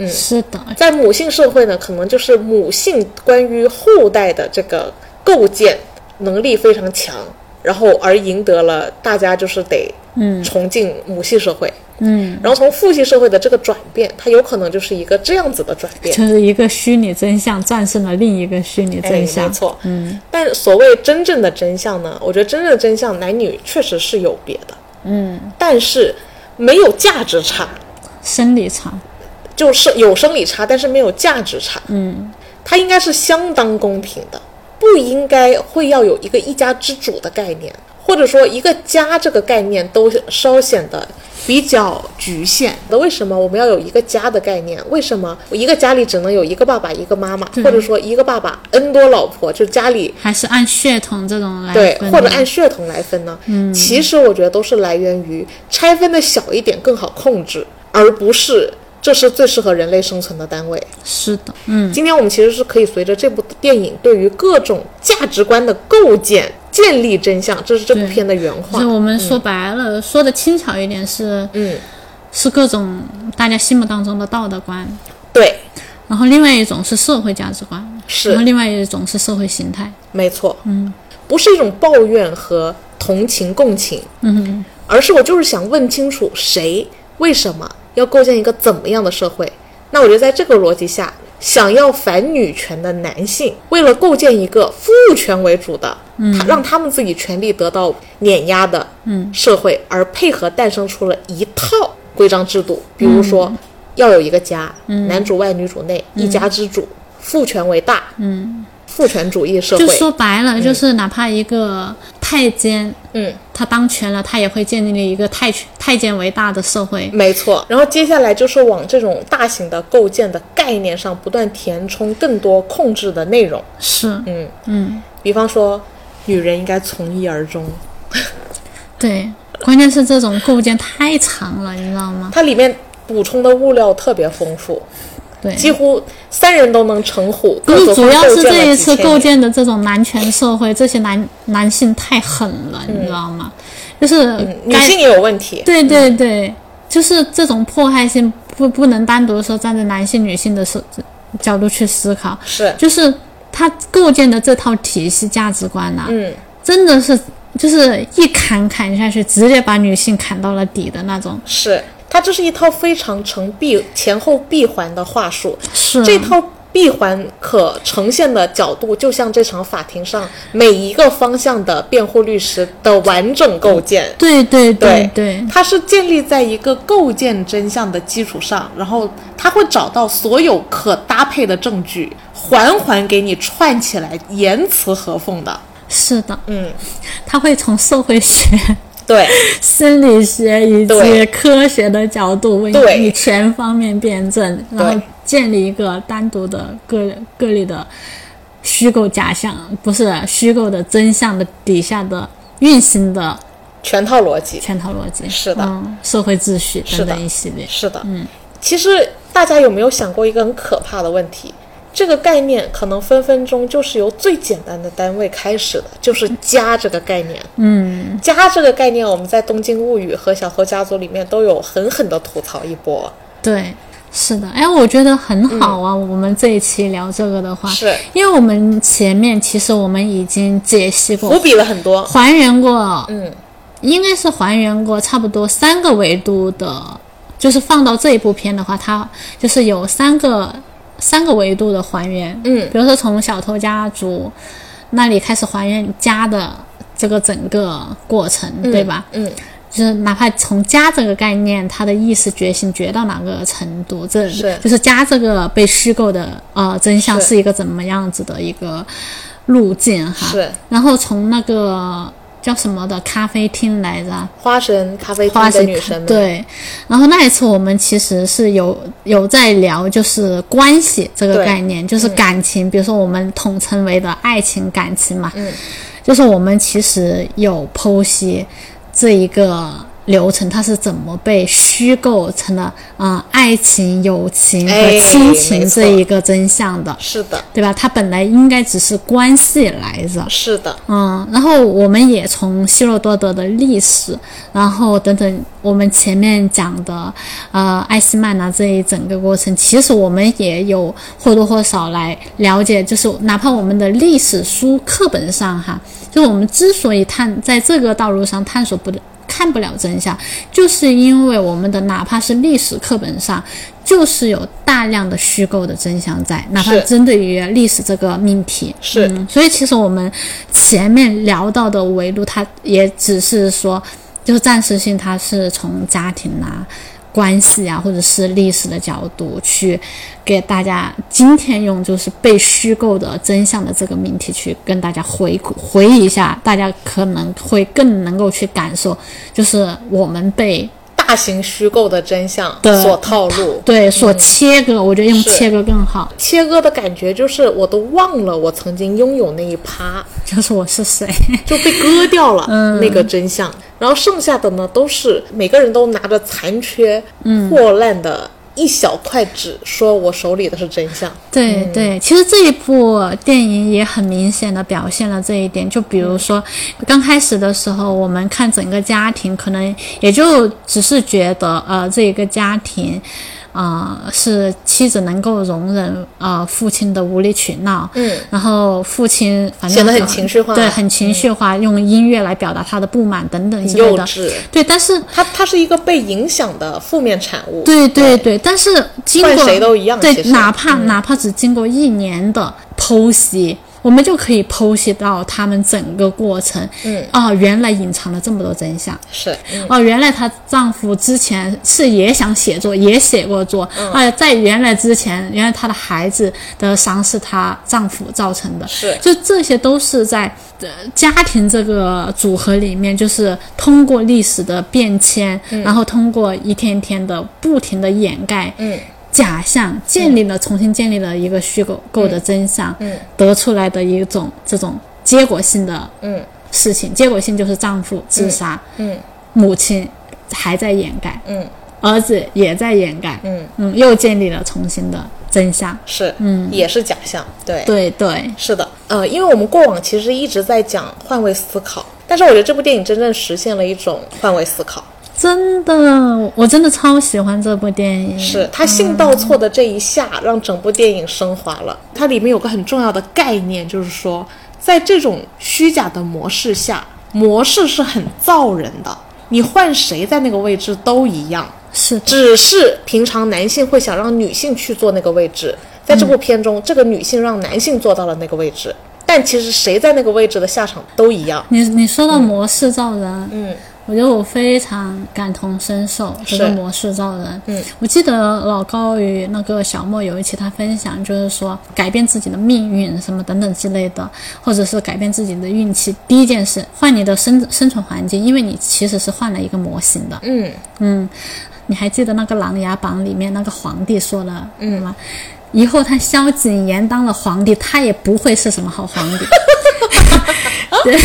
Speaker 1: 嗯
Speaker 2: 是的，
Speaker 1: 在母性社会呢，可能就是母性关于后代的这个构建能力非常强，然后而赢得了大家就是得嗯崇敬母系社会。嗯，然后从父系社会的这个转变，它有可能就是一个这样子的转变。
Speaker 2: 就是一个虚拟真相战胜了另一个虚拟
Speaker 1: 哎
Speaker 2: 真相
Speaker 1: 没，错。嗯，但所谓真正的真相呢？我觉得真正的真相，男女确实是有别的。嗯，但是没有价值差，
Speaker 2: 生理场，
Speaker 1: 就是有生理差，但是没有价值差。嗯，它应该是相当公平的，不应该会要有一个一家之主的概念，或者说一个家这个概念都稍显得比较局限的。为什么我们要有一个家的概念？为什么一个家里只能有一个爸爸、一个妈妈，或者说一个爸爸 n 多老婆？就家里
Speaker 2: 还是按血统这种来
Speaker 1: 对，
Speaker 2: 分
Speaker 1: 或者
Speaker 2: 的
Speaker 1: 按血统来分呢？嗯，其实我觉得都是来源于拆分的小一点更好控制，而不是这是最适合人类生存的单位。
Speaker 2: 是的，嗯，
Speaker 1: 今天我们其实是可以随着这部电影对于各种价值观的构建建立真相，这是这部片的原话
Speaker 2: 就。我们说白了，说的轻巧一点是，
Speaker 1: 嗯，
Speaker 2: 是各种大家心目当中的道德观，
Speaker 1: 对，
Speaker 2: 然后另外一种是社会价值观，
Speaker 1: 是
Speaker 2: 然后另外一种是社会形态，
Speaker 1: 没错，嗯，不是一种抱怨和同情共情，嗯，而是我就是想问清楚谁为什么要构建一个怎么样的社会？那我觉得在这个逻辑下，想要反女权的男性，为了构建一个父权为主的，嗯，让他们自己权利得到碾压的，嗯，社会，而配合诞生出了一套规章制度，比如说。嗯要有一个家，男主外女主内，一家之主，父权为大，父权主义社会。
Speaker 2: 就说白了，就是哪怕一个太监，
Speaker 1: 嗯，
Speaker 2: 他当权了，他也会建立一个太权太监为大的社会。
Speaker 1: 没错，然后接下来就是往这种大型的构建的概念上不断填充更多控制的内容，
Speaker 2: 是，
Speaker 1: 嗯
Speaker 2: 嗯，
Speaker 1: 比方说，女人应该从一而终，
Speaker 2: 对，关键是这种构建太长了，你知道吗？
Speaker 1: 它里面补充的物料特别丰富，
Speaker 2: 对，
Speaker 1: 几乎三人都能成虎。
Speaker 2: 不是，嗯主要是这一次构
Speaker 1: 构建
Speaker 2: 建的这种男权社会，这些男男性太狠了，你知道吗？就是
Speaker 1: 了嗯几千年，嗯女
Speaker 2: 该
Speaker 1: 性也嗯有问题，
Speaker 2: 对对对，就是这种迫害性不不能单独地说站在男性女性的视角度去思考，
Speaker 1: 是，
Speaker 2: 就是他构建的这套体系价值观呐、
Speaker 1: 嗯，
Speaker 2: 真的是就是一砍砍下去，直接把女性砍到了底的那种。
Speaker 1: 是，它这是一套非常成闭前后闭环的话术，
Speaker 2: 是啊
Speaker 1: 这套闭环可呈现的角度，就像这场法庭上每一个方向的辩护律师的完整构建。
Speaker 2: 对对
Speaker 1: 嗯对
Speaker 2: 对，
Speaker 1: 它是建立在一个构建真相的基础上，然后他会找到所有可搭配的证据，缓缓给你串起来，言辞合缝的。
Speaker 2: 是的，
Speaker 1: 嗯，
Speaker 2: 他会从社会学。
Speaker 1: 对，
Speaker 2: 心理学以及
Speaker 1: 对
Speaker 2: 科学的角度为
Speaker 1: 对
Speaker 2: 你全方面辩证，然后
Speaker 1: 对
Speaker 2: 建立一个单独的个个例的虚构假象，不是虚构的真相的底下的运行的
Speaker 1: 全套逻辑。
Speaker 2: 圈套逻辑，
Speaker 1: 是的
Speaker 2: 嗯，社会秩序
Speaker 1: 是
Speaker 2: 等
Speaker 1: 的
Speaker 2: 等一系列，
Speaker 1: 是的，嗯，其实大家有没有想过一个很可怕的问题？这个概念可能分分钟就是由最简单的单位开始的，就是家这个概念。
Speaker 2: 嗯，
Speaker 1: 家这个概念，我们在《东京物语》和《小偷家族》里面都有狠狠的吐槽一波。
Speaker 2: 对。是的，哎，我觉得很好啊。我们这一期聊这个的话，
Speaker 1: 嗯是
Speaker 2: 因为我们前面其实我们已经解析过
Speaker 1: 伏笔了很多。
Speaker 2: 还原过，
Speaker 1: 嗯，
Speaker 2: 应该是还原过差不多三个维度的，就是放到这一部片的话，它就是有三个三个维度的还原，
Speaker 1: 嗯
Speaker 2: 比如说从小偷家族那里开始还原家的这个整个过程，对吧？
Speaker 1: 嗯，
Speaker 2: 就是哪怕从家这个概念，它的意识觉醒觉到哪个程度，这
Speaker 1: 是
Speaker 2: 就是家这个被虚构的呃真相
Speaker 1: 是
Speaker 2: 是一个怎么样子的一个路径哈。
Speaker 1: 是
Speaker 2: 啊然后从那个叫什么的咖啡厅来着，
Speaker 1: 花神咖啡
Speaker 2: 花
Speaker 1: 厅的
Speaker 2: 神
Speaker 1: 女神们，
Speaker 2: 对。然后那一次我们其实是有有在聊，就是关系这个
Speaker 1: 对嗯
Speaker 2: 概念，就是感情，比如说我们统称为的爱情感情嘛，
Speaker 1: 嗯
Speaker 2: 就是我们其实有剖析这一个。流程它是怎么被虚构成了，嗯、爱情、友情和
Speaker 1: 哎
Speaker 2: 亲
Speaker 1: 没
Speaker 2: 情
Speaker 1: 错
Speaker 2: 这一个真相的，
Speaker 1: 是的，
Speaker 2: 对吧？它本来应该只是关系来着，
Speaker 1: 是的，
Speaker 2: 嗯，然后我们也从希罗多德的历史，然后等等，我们前面讲的，呃，艾斯曼啊这一整个过程，其实我们也有或多或少来了解，就是哪怕我们的历史书课本上哈，就是我们之所以探在这个道路上探索不了。看不了真相，就是因为我们的哪怕是历史课本上，就是有大量的虚构的真相在，哪怕
Speaker 1: 是
Speaker 2: 针对于历史这个命题，
Speaker 1: 是
Speaker 2: 嗯所以其实我们前面聊到的维度，它也只是说，就是暂时性，它是从家庭啊、关系啊，或者是历史的角度去给大家今天用就是被虚构的真相的这个命题去跟大家回顾回忆一下，大家可能会更能够去感受，就是我们被
Speaker 1: 大型虚构的真相
Speaker 2: 对
Speaker 1: 所套路。
Speaker 2: 对所切割，我觉得用
Speaker 1: 是
Speaker 2: 切割更好，
Speaker 1: 切割的感觉就是我都忘了我曾经拥有那一趴，
Speaker 2: 就是我是谁。
Speaker 1: 就被割掉了、
Speaker 2: 嗯
Speaker 1: 那个真相，然后剩下的呢都是每个人都拿着残缺、破烂的一小块纸，说我手里的是真相。
Speaker 2: 对
Speaker 1: 嗯
Speaker 2: 对，其实这一部电影也很明显的表现了这一点。就比如说，
Speaker 1: 嗯
Speaker 2: 刚开始的时候，我们看整个家庭，可能也就只是觉得，呃，这一个家庭，呃，是妻子能够容忍呃父亲的无理取闹，
Speaker 1: 嗯，
Speaker 2: 然后父亲反正
Speaker 1: 显得很情绪化嗯
Speaker 2: 对，很情绪化，用音乐来表达他的不满等等之类
Speaker 1: 幼
Speaker 2: 的。
Speaker 1: 稚，
Speaker 2: 对，但是
Speaker 1: 它它是一个被影响的负面产物。
Speaker 2: 对对对，但是经
Speaker 1: 换
Speaker 2: 过
Speaker 1: 谁都一样
Speaker 2: 对
Speaker 1: 其，实嗯
Speaker 2: 哪怕、哪怕只经过一年的剖析，我们就可以剖析到他们整个过程。嗯，哦，原来隐藏了这么多真相。
Speaker 1: 是，嗯
Speaker 2: 哦，原来她丈夫之前是也想写作，也写过作。
Speaker 1: 嗯
Speaker 2: 哎呀，在原来之前，原来她的孩子的伤是她丈夫造成的。
Speaker 1: 是
Speaker 2: 就这些都是在呃家庭这个组合里面，就是通过历史的变迁，然后通过一天一天的不停的掩盖，
Speaker 1: 嗯，
Speaker 2: 假象建立了、重新建立了一个虚构构的真相，
Speaker 1: 嗯嗯
Speaker 2: 得出来的一种这种结果性的
Speaker 1: 嗯
Speaker 2: 事情，结果性就是丈夫自杀，
Speaker 1: 嗯
Speaker 2: 母亲还在掩盖，
Speaker 1: 嗯
Speaker 2: 儿子也在掩盖，
Speaker 1: 嗯，
Speaker 2: 嗯，又建立了重新的真相，
Speaker 1: 是，嗯，也是假象，对，
Speaker 2: 对对，
Speaker 1: 是的，呃，因为我们过往其实一直在讲换位思考，但是我觉得这部电影真正实现了一种换位思考，
Speaker 2: 真的，我真的超喜欢这部电影，
Speaker 1: 是他性倒错的这一下，让整部电影升华了。它里面有个很重要的概念，就是说，在这种虚假的模式下，模式是很造人的，你换谁在那个位置都一样。
Speaker 2: 是的，
Speaker 1: 只是平常男性会想让女性去做那个位置，在这部片中，这个女性让男性做到了那个位置，但其实谁在那个位置的下场都一样。
Speaker 2: 你你说到模式造人，
Speaker 1: 嗯
Speaker 2: 我觉得我非常感同身受这个模式造人。
Speaker 1: 嗯，
Speaker 2: 我记得老高与那个小莫有一期他分享，就是说改变自己的命运什么等等之类的，或者是改变自己的运气。第一件事，换你的生生存环境，因为你其实是换了一个模型的。
Speaker 1: 嗯
Speaker 2: 嗯，你还记得那个《琅琊榜》里面那个皇帝说了嗯吗？以后他萧景琰当了皇帝，他也不会是什么好皇 帝，对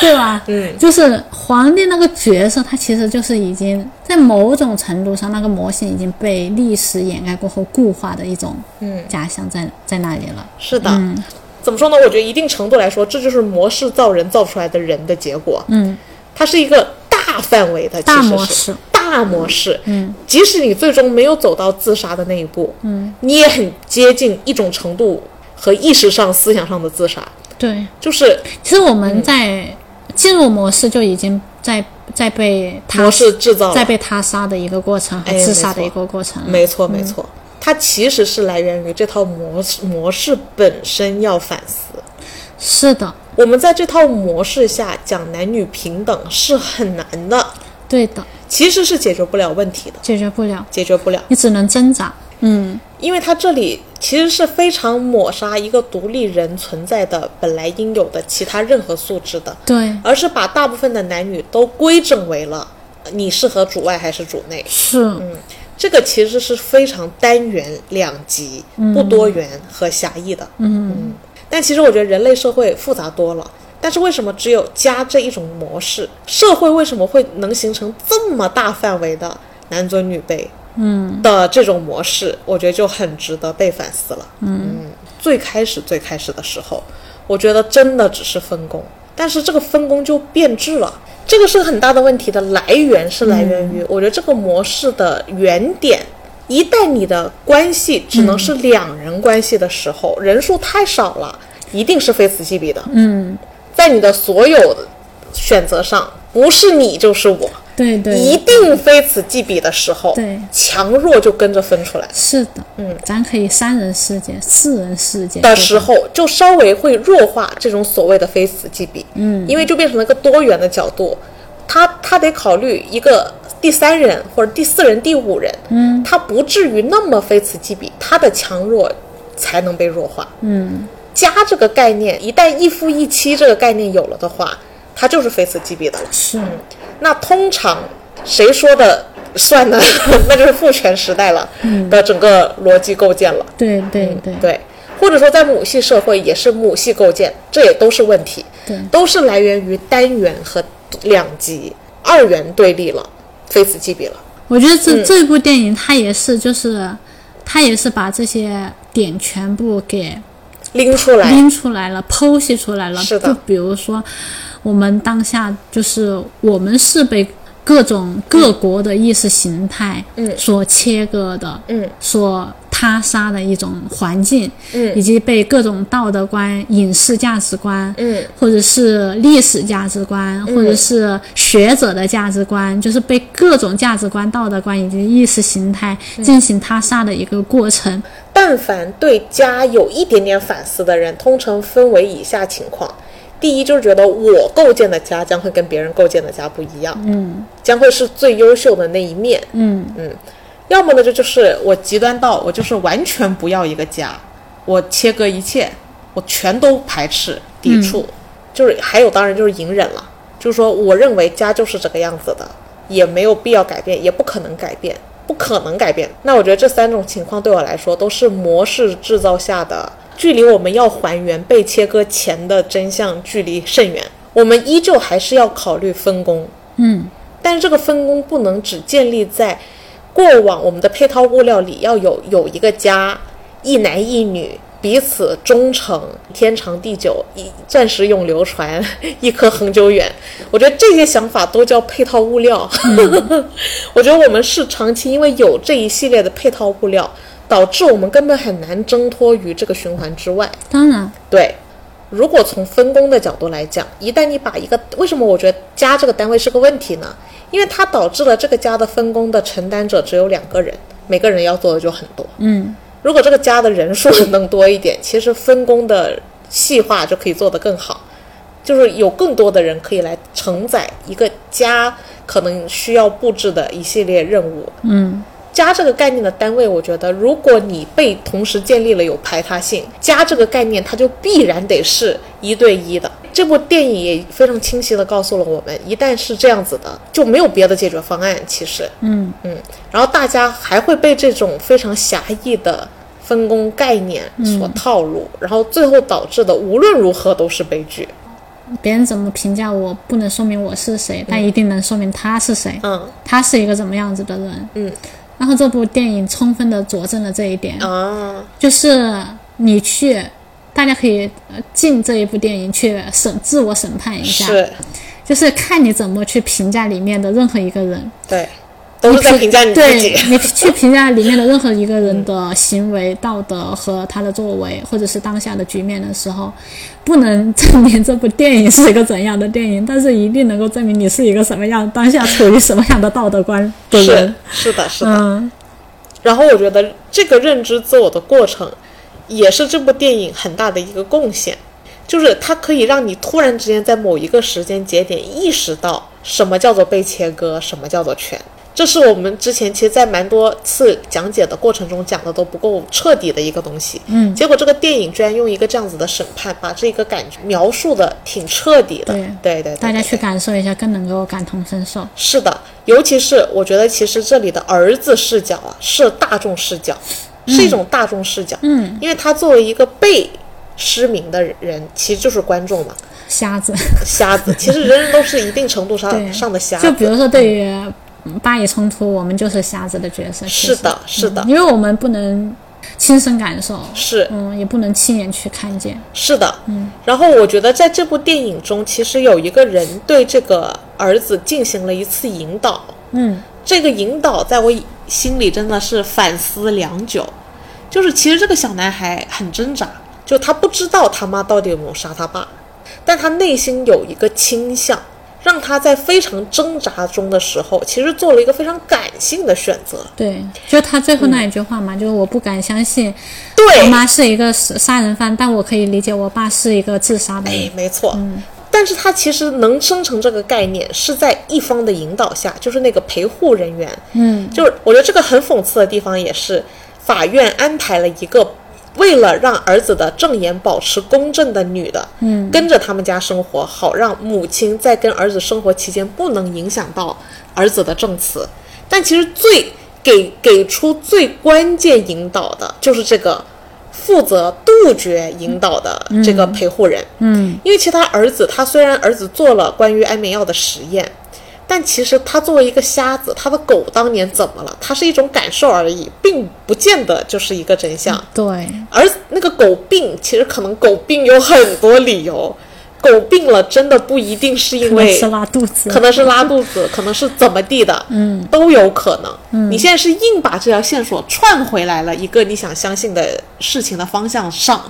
Speaker 2: 对吧？嗯，就是皇帝那个角色，他其实就是已经在某种程度上，那个模型已经被历史掩盖过后固化的一种
Speaker 1: 嗯
Speaker 2: 假象在在那里了。嗯
Speaker 1: 是的。嗯怎么说呢？我觉得一定程度来说，这就是模式造人造出来的人的结果。
Speaker 2: 嗯，
Speaker 1: 它是一个大范围的，
Speaker 2: 大
Speaker 1: 其实
Speaker 2: 模
Speaker 1: 是
Speaker 2: 式
Speaker 1: 大模式。嗯，即使你最终没有走到自杀的那一步，嗯，你也很接近一种程度和意识上、思想上的自杀，
Speaker 2: 对，
Speaker 1: 就是
Speaker 2: 其实我
Speaker 1: 嗯
Speaker 2: 们在进入模式就已经在在被他
Speaker 1: 模式制造了
Speaker 2: 在被他杀的一个过程和
Speaker 1: 嗯哎
Speaker 2: 自杀的
Speaker 1: 没
Speaker 2: 一
Speaker 1: 错
Speaker 2: 个过程了。
Speaker 1: 没错，没错，它其实是来源于这套模式模式本身要反思。
Speaker 2: 是的，
Speaker 1: 我们在这套模式下讲男女平等是很难的，
Speaker 2: 对的，
Speaker 1: 其实是解决不了问题的，
Speaker 2: 解决不了，
Speaker 1: 解决不了，
Speaker 2: 你只能挣扎。嗯，
Speaker 1: 因为它这里其实是非常抹杀一个独立人存在的本来应有的其他任何素质的，
Speaker 2: 对，
Speaker 1: 而是把大部分的男女都归整为了呃你适合主外还是主内。
Speaker 2: 是，
Speaker 1: 嗯这个其实是非常单元、两极、不多元和狭义的。嗯但其实我觉得人类社会复杂多了。但是为什么只有家这一种模式？社会为什么会能形成这么大范围的男尊女卑？嗯的这种模式，我觉得就很值得被反思了。嗯，最开始最开始的时候，我觉得真的只是分工，但是这个分工就变质了。这个是个很大的问题的来源是来源于，我觉得这个模式的原点，一旦你的关系只能是两人关系的时候，人数太少了，一定是非此即彼的。
Speaker 2: 嗯，
Speaker 1: 在你的所有选择上，不是你就是我，
Speaker 2: 对
Speaker 1: 一
Speaker 2: 对，
Speaker 1: 定非此即彼的时候，
Speaker 2: 对
Speaker 1: 强弱就跟着分出来
Speaker 2: 是的，嗯，咱可以三人世界、四人世界
Speaker 1: 的时，候，就稍微会弱化这种所谓的非此即彼，嗯，因为就变成了一个多元的角度，他他得考虑一个第三人或者第四人、第五人，嗯，他不至于那么非此即彼，他的强弱才能被弱化，
Speaker 2: 嗯，
Speaker 1: 家这个概念一旦一夫一妻这个概念有了的话，它就是非此即彼的了。
Speaker 2: 是，
Speaker 1: 那通常谁说的算呢？ 那就是父权时代了的整个逻辑构建了。
Speaker 2: 对对嗯对，
Speaker 1: 嗯对，或者说在母系社会也是母系构建，这也都是问题，
Speaker 2: 对
Speaker 1: 都是来源于单元和两极二元对立了，非此即彼了。
Speaker 2: 我觉得
Speaker 1: 嗯
Speaker 2: 这、这部电影它也是，就是它也是把这些点全部给
Speaker 1: 拎出来，
Speaker 2: 拎出来了，剖析出来了。
Speaker 1: 哎是的
Speaker 2: 就比如说，我们当下就是我们是被各种各国的意识形态所切割的，
Speaker 1: 嗯
Speaker 2: 所他杀的一种环境，
Speaker 1: 嗯
Speaker 2: 以及被各种道德观、影视价值观，
Speaker 1: 嗯，
Speaker 2: 或者是历史价值观，或者是学者的价值观，就是被各种价值观、道德观以及意识形态
Speaker 1: 嗯
Speaker 2: 进行他杀的一个过程。
Speaker 1: 但凡对家有一点点反思的人，通常分为以下情况：第一，就是觉得我构建的家将会跟别人构建的家不一样，嗯，将会是最优秀的那一面，
Speaker 2: 嗯
Speaker 1: 嗯。要么呢，这就是我极端到我就是完全不要一个家，我切割一切，我全都排斥抵触，就是还有当然就是隐忍了，就是说我认为家就是这个样子的，也没有必要改变，也不可能改变，不可能改变。那我觉得这三种情况对我来说都是模式制造下的，距离我们要还原被切割前的真相距离甚远，我们依旧还是要考虑分工，
Speaker 2: 嗯
Speaker 1: 但是这个分工不能只建立在过往我们的配套物料里要有有一个家，一男一女。彼此忠诚，天长地久，一钻石永流传，一颗恒久远。 我觉得这些想法都叫配套物料。 我觉得我们是长期因为有这一系列的配套物料，导致我们根本很难挣脱于这个循环之外。
Speaker 2: 当然，
Speaker 1: 对，如果从分工的角度来讲，一旦你把一个为什么我觉得家这个单位是个问题呢？因为它导致了这个家的分工的承担者只有两个人，每个人要做的就很多。
Speaker 2: 嗯，
Speaker 1: 如果这个家的人数能多一点， 其实分工的细化就可以做得更好，就是有更多的人可以来承载一个家可能需要布置的一系列任务。
Speaker 2: 嗯，
Speaker 1: 家这个概念的单位，我觉得如果你被同时建立了有排他性，家这个概念它就必然得是一对一的。这部电影也非常清晰的告诉了我们，一旦是这样子的，就没有别的解决方案。其实，
Speaker 2: 嗯
Speaker 1: 嗯，然后大家还会被这种非常狭义的分工概念所套路，然后最后导致的无论如何都是悲剧。
Speaker 2: 别人怎么评价我，不能说明我是谁，但一定能说明他是谁，
Speaker 1: 嗯
Speaker 2: 他是一个怎么样子的人。
Speaker 1: 嗯
Speaker 2: 然后这部电影充分的佐证了这一点，
Speaker 1: 啊，
Speaker 2: 就是你去，大家可以呃进这一部电影去审自我审判一下，
Speaker 1: 是
Speaker 2: 就是看你怎么去评价里面的任何一个人。
Speaker 1: 对，都是在评价你自己。
Speaker 2: 对你去评价里面的任何一个人的行为、道德和他的作为，或者是当下的局面的时候，不能证明这部电影是一个怎样的电影，但是一定能够证明你是一个什么样、当下处于什么样的道德观的
Speaker 1: 是
Speaker 2: 人。
Speaker 1: 是的，是的。
Speaker 2: 嗯，
Speaker 1: 然后我觉得这个认知自我的过程，也是这部电影很大的一个贡献，就是它可以让你突然之间在某一个时间节点意识到什么叫做被切割，什么叫做权。这是我们之前其实，在蛮多次讲解的过程中讲的都不够彻底的一个东西。嗯，结果这个电影居然用一个这样子的审判，把这个感觉描述的挺彻底的。
Speaker 2: 对
Speaker 1: 对对对，
Speaker 2: 大家
Speaker 1: 对
Speaker 2: 去感受一下，更能够感同身受。
Speaker 1: 是的，尤其是我觉得，其实这里的儿子视角啊，是大众视角，
Speaker 2: 嗯
Speaker 1: 是一种大众视角。嗯，因为他作为一个被失明的人，其实就是观众嘛，
Speaker 2: 瞎子，
Speaker 1: 瞎 子。其实人人都是一定程度上
Speaker 2: 对，
Speaker 1: 呃上的瞎
Speaker 2: 就比
Speaker 1: 子。
Speaker 2: 如说对于嗯巴以冲突，我们就是瞎子的角色。其
Speaker 1: 是
Speaker 2: 实，嗯
Speaker 1: 的，是的，
Speaker 2: 因为我们不能亲身感受，
Speaker 1: 是
Speaker 2: 嗯，也不能亲眼去看见。
Speaker 1: 是的。嗯，然后我觉得在这部电影中，其实有一个人对这个儿子进行了一次引导。
Speaker 2: 嗯
Speaker 1: 这个引导在我心里真的是反思良久。就是其实这个小男孩很挣扎，就他不知道他妈到底有没有杀他爸，但他内心有一个倾向，让他在非常挣扎中的时候，其实做了一个非常感性的选择。
Speaker 2: 对，就他最后那一句话嘛，就是我不敢相信我
Speaker 1: 对，
Speaker 2: 妈是一个杀杀人犯，但我可以理解我爸是一个自杀的人
Speaker 1: 哎。，没错。但是他其实能生成这个概念，是在一方的引导下，就是那个陪护人员，
Speaker 2: 嗯，
Speaker 1: 就是我觉得这个很讽刺的地方也是，法院安排了一个为了让儿子的证言保持公正的女的，嗯，跟着他们家生活，好让母亲在跟儿子生活期间不能影响到儿子的证词。但其实最给给出最关键引导的就是这个负责杜绝引导的这个陪护人，
Speaker 2: 嗯，
Speaker 1: 因为其他儿子，他虽然儿子做了关于安眠药的实验，但其实他作为一个瞎子，他的狗当年怎么了？他是一种感受而已，并不见得就是一个
Speaker 2: 嗯
Speaker 1: 真相。
Speaker 2: 对，
Speaker 1: 而那个狗病，其实可能狗病有很多理由，狗病了真的不一定是因
Speaker 2: 可能
Speaker 1: 为
Speaker 2: 是拉肚子，
Speaker 1: 可能是拉肚 子，可能是怎么地的，嗯，都有可能。嗯，你现在是硬把这条线索串回来了一个你想相信的事情的方向上，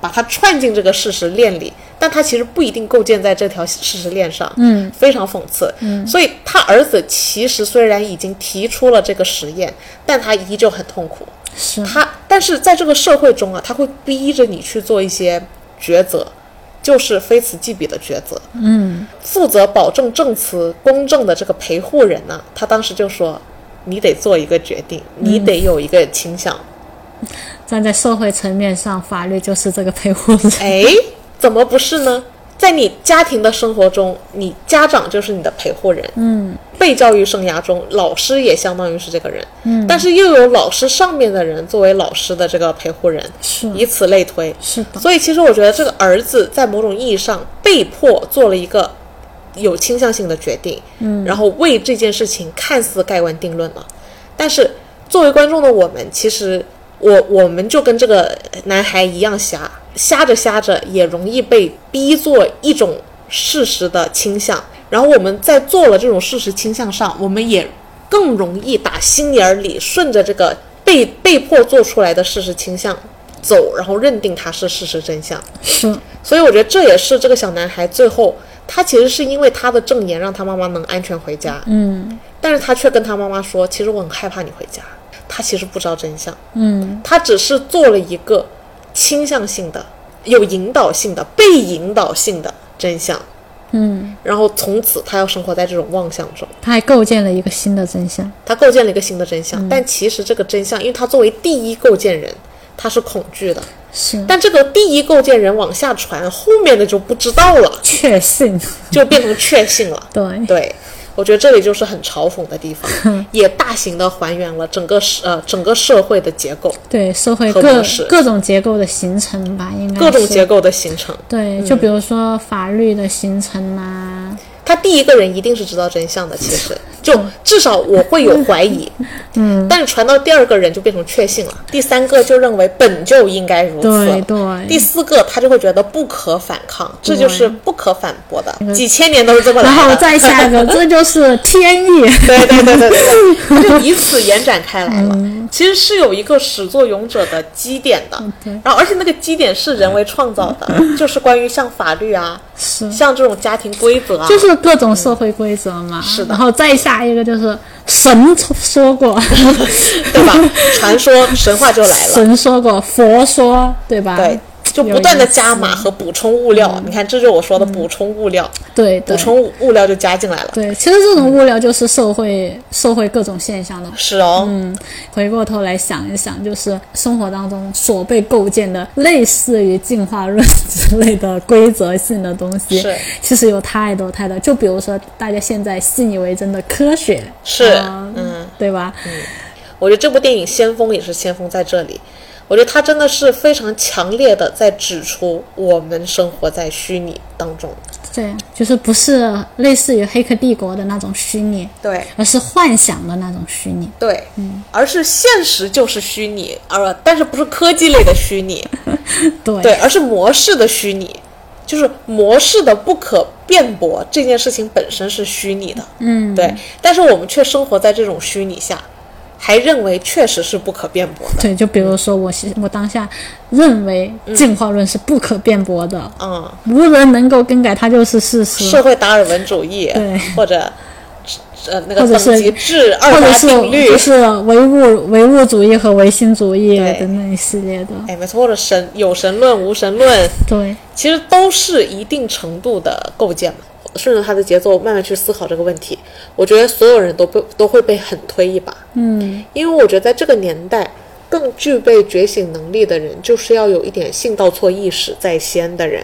Speaker 1: 把它串进这个事实链里，但它其实不一定构建在这条事实链上，嗯，非常讽刺。嗯，所以他儿子其实虽然已经提出了这个实验，但他依旧很痛苦。
Speaker 2: 是
Speaker 1: 他，但是在这个社会中啊，他会逼着你去做一些抉择，就是非此即彼的抉择。嗯，负责保证证词公正的这个陪护人呢、他当时就说：“你得做一个决定，你得有一个倾 向。
Speaker 2: 站在社会层面上，法律就是这个陪护 人。
Speaker 1: 哎，怎么不是呢？在你家庭的生活中，你家长就是你的陪护人。嗯，被教育生涯中，老师也相当于是这个人。嗯，但是又有老师上面的人作为老师的这个陪护人，
Speaker 2: 是
Speaker 1: 以此类推。
Speaker 2: 是的，
Speaker 1: 所以其实我觉得这个儿子在某种意义上被迫做了一个有倾向性的决定，嗯，然后为这件事情看似盖棺定论了，但是作为观众的我们，其实我我们就跟这个男孩一样瞎，瞎着瞎着也容易被逼做一种事实的倾向，然后我们在做了这种事实倾向上，我们也更容易打心眼儿里顺着这个被被迫做出来的事实倾向走，然后认定它是事实真相。
Speaker 2: 是
Speaker 1: 所以我觉得这也是这个小男孩最后，他其实是因为他的证言让他妈妈能安全回家，嗯，但是他却跟他妈妈说，其实我很害怕你回家。他其实不知道真相，嗯，他只是做了一个倾向性的、有引导性的、被引导性的真相，嗯，然后从此他要生活在这种妄想中。
Speaker 2: 他还构建了一个新的真相。
Speaker 1: 他构建了一个新的真
Speaker 2: 嗯
Speaker 1: 相，但其实这个真相，因为他作为第一构建人，他是恐惧的。
Speaker 2: 是
Speaker 1: 但这个第一构建人往下传，后面的就不知道 了，
Speaker 2: 确信，
Speaker 1: 就变成确信了。
Speaker 2: 对
Speaker 1: 对，我觉得这里就是很嘲讽的地 方，也大型的还原了整个社呃整个社会的结构，
Speaker 2: 对，社会
Speaker 1: 和
Speaker 2: 各
Speaker 1: 模式
Speaker 2: 各种结构的形成吧，应该
Speaker 1: 各种
Speaker 2: 嗯是
Speaker 1: 结构的嗯形成。
Speaker 2: 对，就比如说法律的形成啊呐、
Speaker 1: 他第一个人一定是知道真 相的，其实就
Speaker 2: 嗯
Speaker 1: 至少我会有怀疑，嗯，但是传到第二个人就变成确信了，第三个就认为本就应该如此了，
Speaker 2: 对对
Speaker 1: 第四个他就会觉得不可反抗，这就是不可反驳的，几千年都是这么来
Speaker 2: 然
Speaker 1: 的。
Speaker 2: 后再下一个，这就是天意，
Speaker 1: 对对对对对， 它就以此延展开来了。
Speaker 2: 嗯
Speaker 1: 其实是有一个始作俑者的基点的，然后而且那个基点是人为创造 的，就是关于像法律啊，
Speaker 2: 是
Speaker 1: 像这种家庭规则啊，
Speaker 2: 就是各种社会规则嘛。是
Speaker 1: 的
Speaker 2: 然后再下一个就是神 说过，
Speaker 1: 对吧？传说神话就来了，
Speaker 2: 神说过，佛说，对吧？
Speaker 1: 对，就不断的加码和补充物料。你看，这就是我说的补充物料，
Speaker 2: 对
Speaker 1: 补
Speaker 2: 对
Speaker 1: 充物料就加进来了。
Speaker 2: 对，其实这种物料就是社会、社会各种现象的
Speaker 1: 是哦，
Speaker 2: 嗯，回过头来想一想，就是生活当中所被构建的类似于进化论之类的规则性的东西
Speaker 1: 是，
Speaker 2: 其实有太多太多。就比如说大家现在信以为真的科学，
Speaker 1: 是
Speaker 2: 啊
Speaker 1: 嗯，
Speaker 2: 对吧？
Speaker 1: 我觉得这部电影先锋也是先锋在这里。我觉得它真的是非常强烈的在指出我们生活在虚拟当中，
Speaker 2: 对，就是不是类似于《黑客帝国》的那种虚拟，
Speaker 1: 对
Speaker 2: 而是幻想的那种虚拟。
Speaker 1: 对，而是现实就是虚拟，而但是不是科技类的虚拟，
Speaker 2: 对，
Speaker 1: 对，而是模式的虚拟，就是模式的不可辩驳这件事情本身是虚拟的，嗯，对，但是我们却生活在这种虚拟下，还认为确实是不可辩驳的，
Speaker 2: 对就比如说我是我当下认为进化论是不可辩驳的，
Speaker 1: 嗯，
Speaker 2: 无人能够更改，它就是事实。
Speaker 1: 社会达尔文主义
Speaker 2: 嗯对，
Speaker 1: 或者呃那个
Speaker 2: 或者
Speaker 1: 等
Speaker 2: 是
Speaker 1: 级制、二
Speaker 2: 或者
Speaker 1: 八
Speaker 2: 是
Speaker 1: 定律
Speaker 2: 就，是唯物唯物主义和唯心主义
Speaker 1: 对
Speaker 2: 等等一系列的，
Speaker 1: 哎，没错，或者神有神论、无神论，
Speaker 2: 对
Speaker 1: 其实都是一定程度的构建嘛。顺着他的节奏慢慢去思考这个问题，我觉得所有人都被都会被狠推一把。嗯，因为我觉得在这个年代，更具备觉醒能力的人，就是要有一点性倒错意识在先的人，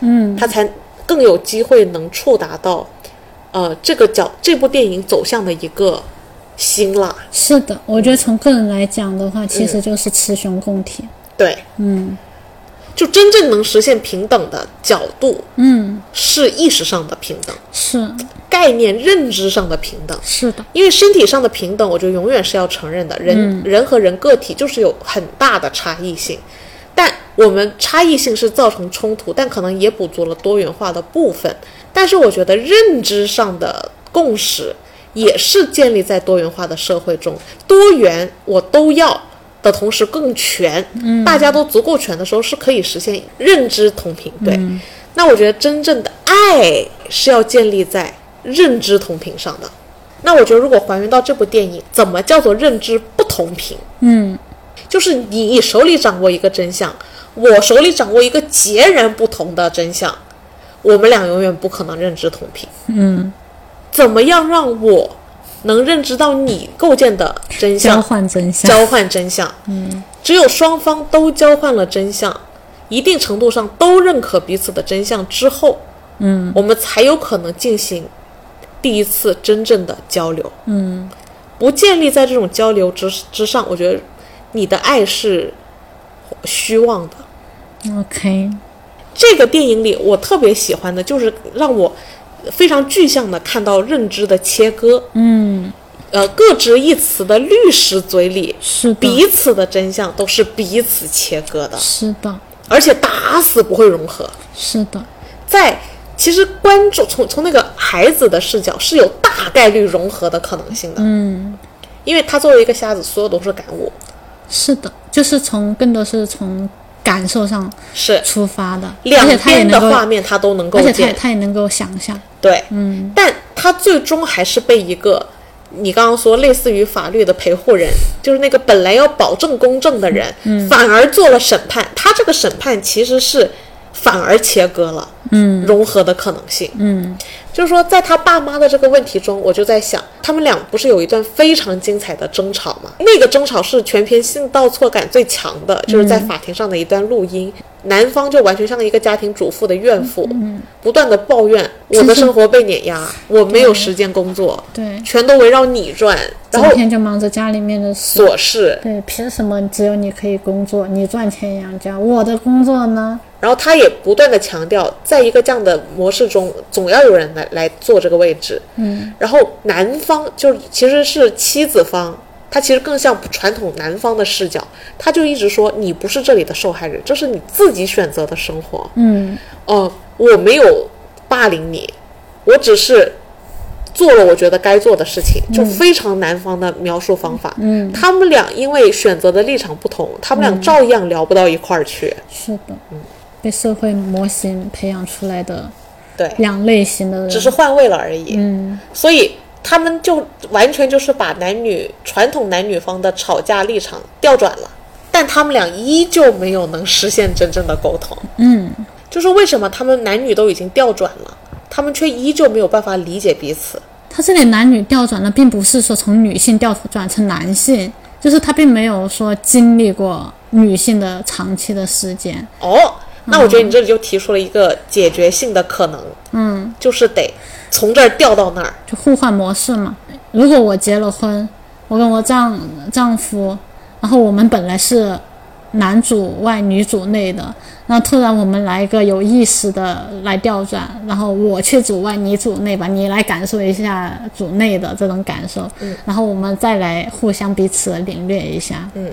Speaker 1: 嗯，他才更有机会能触达到，呃，这个角这部电影走向的一个辛辣。
Speaker 2: 是的，我觉得从个人来讲的话，其
Speaker 1: 嗯
Speaker 2: 实就是雌雄共体，
Speaker 1: 对，嗯，就真正能实现平等的角度，嗯，是意识上的平等。
Speaker 2: 是
Speaker 1: 概念认知上的平等。
Speaker 2: 是的，
Speaker 1: 因为身体上的平等，我觉得永远是要承认的。人、人和人个体就是有很大的差异性，但我们差异性是造成冲突，但可能也补足了多元化的部分。但是我觉得认知上的共识也是建立在多元化的社会中，多元我都要的同时更全，大家都足够全的时候是可以实现认知同频。对，那我觉得真正的爱是要建立在认知同频上的。那我觉得，如果还原到这部电影，怎么叫做认知不同频？就是你你手里掌握一个真相，我手里掌握一个截然不同的真相，我们俩永远不可能认知同频。嗯，怎么样让我能认知到你构建的真
Speaker 2: 交
Speaker 1: 相，
Speaker 2: 换真 相，
Speaker 1: 交换真相？嗯，只有双方都交换了真相，一定程度上都认可彼此的真相之后，嗯，我们才有可能进行第一次真正的交流。嗯，不建立在这种交流之之上，我觉得你的爱是虚妄的。
Speaker 2: OK，
Speaker 1: 这个电影里我特别喜欢的就是让我非常具象的看到认知的切割，嗯，呃，各执一词的律师嘴里，
Speaker 2: 是的，
Speaker 1: 彼此的真相都是彼此切割的，
Speaker 2: 是的，
Speaker 1: 而且打死不会融合。
Speaker 2: 是的，
Speaker 1: 在其实观众从从那个孩子的视角是有大概率融合的可能性的，嗯，因为他作为一个瞎子，所有都是感悟，
Speaker 2: 是的，就是从更多是从感受上
Speaker 1: 是
Speaker 2: 出发的，而
Speaker 1: 两
Speaker 2: 且他也
Speaker 1: 边的
Speaker 2: 能够，
Speaker 1: 画面他都能构
Speaker 2: 而且他也
Speaker 1: 建，
Speaker 2: 他也能够想象，
Speaker 1: 对，嗯，但他最终还是被一个你刚刚说类似于法律的陪护人，就是那个本来要保证公正的人，反而做了审判。他这个审判其实是反而切割了，嗯，融合的可能性，嗯，就是说在他爸妈的这个问题中，我就在想，他们俩不是有一段非常精彩的争吵吗？那个争吵是全片性倒错感最强的，就是在法庭上的一段录音。男方就完全像一个家庭主妇的怨妇，不断的抱怨我的生活被碾压，我没有时间工作，
Speaker 2: 对，
Speaker 1: 全都围绕你转，然
Speaker 2: 整
Speaker 1: 后
Speaker 2: 天就忙着家里面的事。
Speaker 1: 琐事，
Speaker 2: 对，凭什么只有你可以工作，你赚钱养家，我的工作呢？
Speaker 1: 然后他也不断的强调，在一个这样的模式中，总要有人来来坐这个位置。嗯，然后男方就是其实是妻子方，他其实更像传统男方的视角，他就一直说你不是这里的受害人，这是你自己选择的生活。
Speaker 2: 嗯，
Speaker 1: 哦、我没有霸凌你，我只是做了我觉得该做的事情，就非常南方的描述方法。嗯，他们俩因为选择的立场不同，他们俩照样聊不到一块儿去。
Speaker 2: 是的，
Speaker 1: 嗯
Speaker 2: 被社会模型培养出来的
Speaker 1: 对，
Speaker 2: 两类型的人，
Speaker 1: 只是换位了而已。嗯，所以他们就完全就是把男女传统男女方的吵架立场调转了，但他们俩依旧没有能实现真正的沟通。嗯，就是为什么他们男女都已经调转了，他们却依旧没有办法理解彼此。
Speaker 2: 他这里男女调转了，并不是说从女性调转成男性，就是他并没有说经历过女性的长期的时间。
Speaker 1: 哦，那我觉得你这里就提出了一个解决性的可能。嗯，就是得从这儿调到那儿。
Speaker 2: 就互换模式嘛。如果我结了婚，我跟我丈丈夫，然后我们本来是男主外女主内的，然后突然我们来一个有意识的来调转，然后我去主外你主内吧，你来感受一下主内的这种感受，然后我们再来互相彼此领略一下。嗯，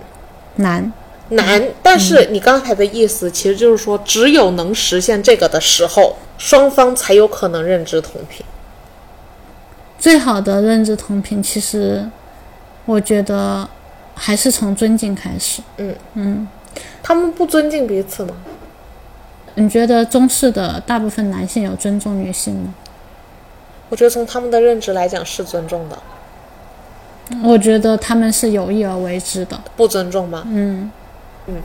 Speaker 2: 难，
Speaker 1: 难，但是你刚才的意思其实就是说，只有能实现这个的时候，双方才有可能认知同频。
Speaker 2: 最好的认知同频，其实我觉得还是从尊敬开始。
Speaker 1: 他们不尊敬彼此吗？
Speaker 2: 你觉得中式的大部分男性有尊重女性吗？
Speaker 1: 我觉得从他们的认知来讲是尊重的，
Speaker 2: 我觉得他们是有意而为之的。
Speaker 1: 不尊重吗？嗯，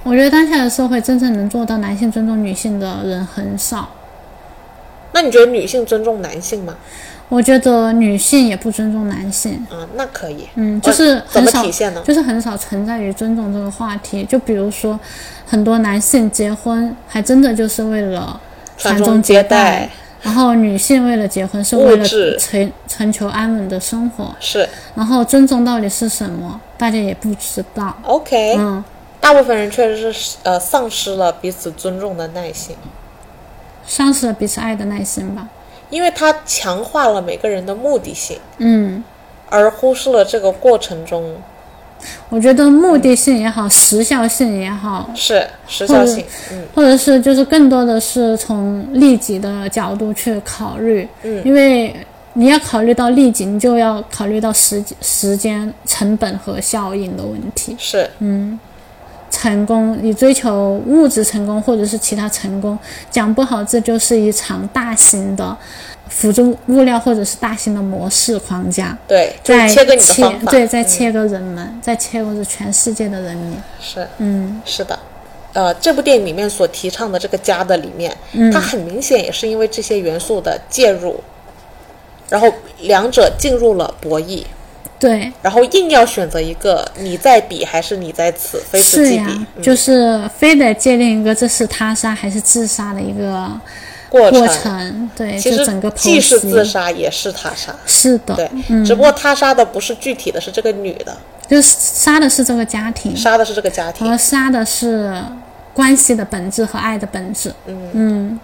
Speaker 2: 我觉得当下的社会真正能做到男性尊重女性的人很少。
Speaker 1: 那你觉得女性尊重男性吗？
Speaker 2: 我觉得女性也不尊重男性，
Speaker 1: 啊，那可以。
Speaker 2: 嗯，就是
Speaker 1: 呃怎
Speaker 2: 很
Speaker 1: 么
Speaker 2: 少
Speaker 1: 体现呢，？
Speaker 2: 就是很少存在于尊重这个话题。就比如说，很多男性结婚还真的就是为了
Speaker 1: 传
Speaker 2: 传
Speaker 1: 宗
Speaker 2: 宗
Speaker 1: 接
Speaker 2: 接
Speaker 1: 代
Speaker 2: 代，然后女性为了结婚是为
Speaker 1: 物
Speaker 2: 了
Speaker 1: 质
Speaker 2: 寻寻求安稳的生活，
Speaker 1: 是
Speaker 2: 然后尊重到底是什么，大家也不知道。
Speaker 1: OK，、
Speaker 2: 嗯，
Speaker 1: 大部分人确实是呃丧失了彼此尊重的耐心，
Speaker 2: 丧失了彼此爱的耐心吧。
Speaker 1: 因为他强化了每个人的目的性，
Speaker 2: 嗯，
Speaker 1: 而忽视了这个过程中
Speaker 2: 我觉得目的性也好，时效性也好，
Speaker 1: 是时
Speaker 2: 或
Speaker 1: 效
Speaker 2: 者
Speaker 1: 性，嗯，
Speaker 2: 或者是就是更多的是从利己的角度去考虑，嗯，因为你要考虑到利己，你就要考虑到时时间成本和效应的问题。
Speaker 1: 是
Speaker 2: 嗯成功，你追求物质成功或者是其他成功，讲不好，这就是一场大型的辅助物料或者是大型的模式框架。
Speaker 1: 对，就
Speaker 2: 在
Speaker 1: 是切割你的
Speaker 2: 切
Speaker 1: 方法，嗯
Speaker 2: 对，在切割人们，在切割着全世界的人民。
Speaker 1: 是，嗯，是的。呃，这部电影里面所提倡的这个家的理念，
Speaker 2: 嗯
Speaker 1: 它很明显也是因为这些元素的介入，然后两者进入了博弈，
Speaker 2: 对，
Speaker 1: 然后硬要选择一个你在比还是你在此，非此
Speaker 2: 是
Speaker 1: 即
Speaker 2: 呀
Speaker 1: 彼，，
Speaker 2: 就是非得界定一个这是他杀还是自杀的一个
Speaker 1: 过
Speaker 2: 过
Speaker 1: 程。
Speaker 2: 程。对，
Speaker 1: 其
Speaker 2: 就
Speaker 1: 实
Speaker 2: 整个
Speaker 1: 既
Speaker 2: 剖
Speaker 1: 是自
Speaker 2: 析。
Speaker 1: 杀也是他杀，
Speaker 2: 是的，
Speaker 1: 对，只不过他杀的不是具体的，是这个女的，
Speaker 2: 就是杀的是这个家庭，
Speaker 1: 杀的是这个家庭
Speaker 2: 而。杀的是关系的本质和爱的本质。
Speaker 1: 嗯
Speaker 2: 嗯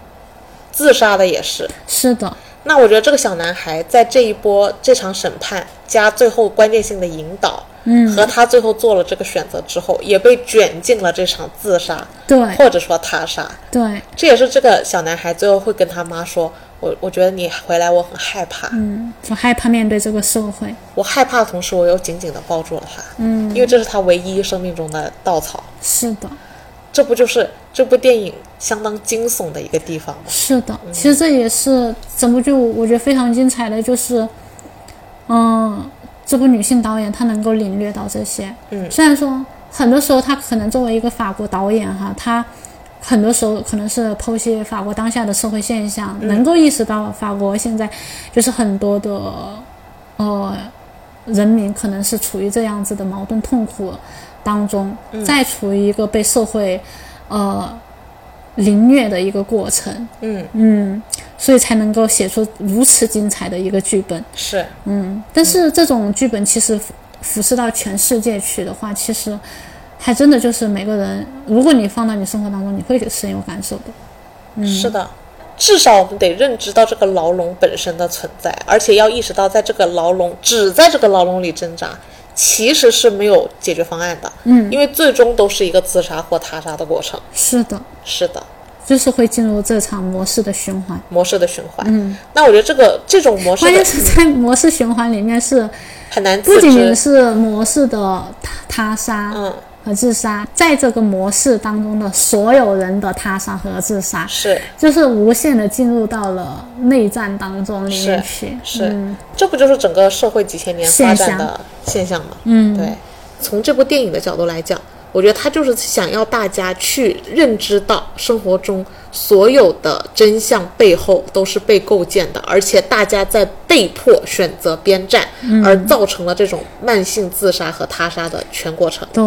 Speaker 1: 自杀的也是。
Speaker 2: 是的，
Speaker 1: 那我觉得这个小男孩在这一波这场审判加最后关键性的引导，嗯，和他最后做了这个选择之后，也被卷进了这场自杀，
Speaker 2: 对
Speaker 1: 或者说他杀。
Speaker 2: 对，
Speaker 1: 这也是这个小男孩最后会跟他妈说：“我我觉得你回来，我很害怕。
Speaker 2: 嗯，我害怕面对这个社会。
Speaker 1: 我害怕的同时，我又紧紧地抱住了他，嗯，因为这是他唯一生命中的稻草。
Speaker 2: 是的，
Speaker 1: 这不就是这部电影相当惊悚的一个地方吗？
Speaker 2: 是的，其实这也是整部剧我觉得非常精彩的，就是，嗯，这个女性导演她能够领略到这些。
Speaker 1: 嗯
Speaker 2: 虽然说很多时候她可能作为一个法国导演哈，她很多时候可能是剖析法国当下的社会现象，能够意识到法国现在就是很多的呃人民可能是处于这样子的矛盾痛苦当中，再处于一个被社会呃凌虐的一个过程，
Speaker 1: 嗯，
Speaker 2: 嗯，所以才能够写出如此精彩的一个剧本，
Speaker 1: 是
Speaker 2: 嗯，但是这种剧本其实俯视到全世界去的话，其实还真的就是每个人，如果你放到你生活当中，你会深有感受的，嗯
Speaker 1: 是的，至少我们得认知到这个牢笼本身的存在，而且要意识到，在这个牢笼只在这个牢笼里挣扎，其实是没有解决方案的。嗯，因为最终都是一个自杀或他杀的过程。
Speaker 2: 是的，
Speaker 1: 是的，
Speaker 2: 就是会进入这场模式的循环。
Speaker 1: 模式的循环。嗯，那我觉得这个这种模式
Speaker 2: 关键
Speaker 1: 的
Speaker 2: 是在模式循环里面是
Speaker 1: 很难
Speaker 2: 不
Speaker 1: 自
Speaker 2: 仅仅
Speaker 1: 知。
Speaker 2: 是模式的他他杀
Speaker 1: 嗯
Speaker 2: 和自杀，在这个模式当中的所有人的他杀和自杀，
Speaker 1: 是
Speaker 2: 就是无限的进入到了内战当中里
Speaker 1: 是
Speaker 2: 面去。
Speaker 1: 是、
Speaker 2: 嗯
Speaker 1: 这不就是整个社会几千年发
Speaker 2: 现
Speaker 1: 展
Speaker 2: 象
Speaker 1: 的现象吗？嗯，对。从这部电影的角度来讲，我觉得他就是想要大家去认知到生活中所有的真相背后都是被构建的，而且大家在被迫选择边站，而造成了这种慢性自杀和他杀的全过程。
Speaker 2: 对，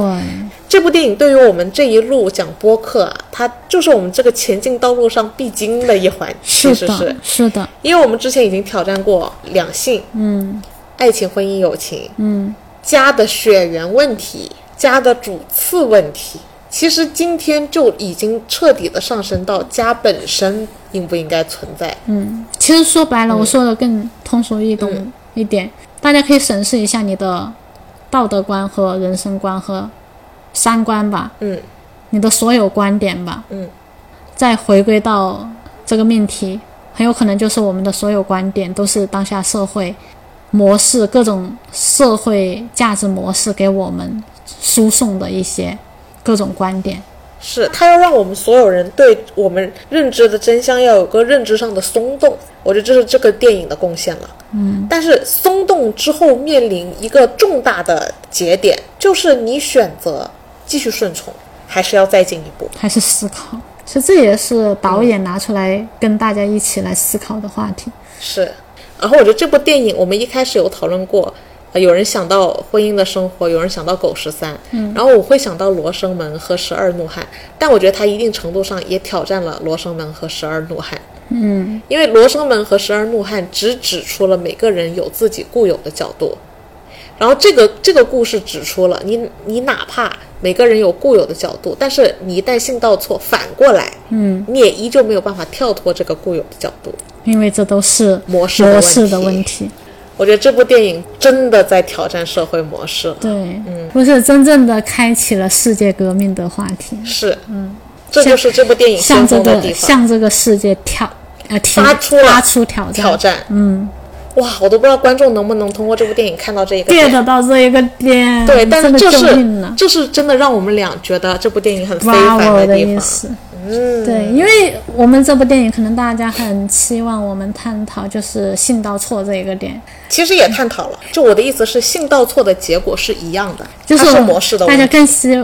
Speaker 1: 这部电影对于我们这一路讲播客啊，它就是我们这个前进道路上必经的一环，其实
Speaker 2: 的，
Speaker 1: 是
Speaker 2: 是的，
Speaker 1: 因为我们之前已经挑战过两性，嗯，爱情、婚姻、友情，嗯，家的血缘问题，家的主次问题，其实今天就已经彻底的上升到家本身应不应该存在，
Speaker 2: 其实说
Speaker 1: 嗯
Speaker 2: 白了，我说的更通俗易懂一点，大家可以审视一下你的道德观和人生观和三观吧，
Speaker 1: 嗯，
Speaker 2: 你的所有观点吧，
Speaker 1: 嗯，
Speaker 2: 再回归到这个命题，很有可能就是我们的所有观点都是当下社会模式、各种社会价值模式给我们输送的一些各种观点，
Speaker 1: 是它要让我们所有人对我们认知的真相要有个认知上的松动，我觉得这是这个电影的贡献了。嗯，但是松动之后面临一个重大的节点，就是你选择继续顺从，还是要再进一步。
Speaker 2: 还是思考。
Speaker 1: 嗯
Speaker 2: 其实这也是导演拿出来跟大家一起来思考的话题。
Speaker 1: 是，然后我觉得这部电影我们一开始有讨论过，呃、有人想到婚姻的生活，有人想到狗十三，嗯，然后我会想到罗生门和十二怒汉，但我觉得它一定程度上也挑战了罗生门和十二怒汉，嗯，因为罗生门和十二怒汉只指出了每个人有自己固有的角度，然后这个这个故事指出了你你哪怕每个人有固有的角度，但是你一旦性道错，反过来，嗯，你也依旧没有办法跳脱这个固有的角度。
Speaker 2: 因为这都是
Speaker 1: 模式的
Speaker 2: 模
Speaker 1: 问
Speaker 2: 式的
Speaker 1: 题
Speaker 2: 问题。
Speaker 1: 我觉得这部电影真的在挑战社会模式了，
Speaker 2: 对，
Speaker 1: 嗯
Speaker 2: 不是真正的开启了世界革命的话题，
Speaker 1: 是，嗯，这就是这部电影先
Speaker 2: 向这
Speaker 1: 锋的地
Speaker 2: 个
Speaker 1: 方，
Speaker 2: 向这个世界挑呃提
Speaker 1: 发出了
Speaker 2: 发出挑战，
Speaker 1: 挑战，
Speaker 2: 嗯，
Speaker 1: 哇，我都不知道观众能不能通过这部电影看到这一个点
Speaker 2: get 到这一个点，
Speaker 1: 对，但是
Speaker 2: 真的
Speaker 1: 这
Speaker 2: 救
Speaker 1: 是
Speaker 2: 命了
Speaker 1: 这是真的让我们俩觉得这部电影很非
Speaker 2: 哇
Speaker 1: 凡
Speaker 2: 哦
Speaker 1: 地
Speaker 2: 意
Speaker 1: 方。
Speaker 2: 思。嗯，对，因为我们这部电影可能大家很期望我们探讨就是性到错这一个点，
Speaker 1: 其实也探讨了，就我的意思是，性倒错的结果是一样的，
Speaker 2: 就是
Speaker 1: 它
Speaker 2: 我
Speaker 1: 是
Speaker 2: 们
Speaker 1: 模式的
Speaker 2: 大
Speaker 1: 问
Speaker 2: 家
Speaker 1: 题。
Speaker 2: 更希、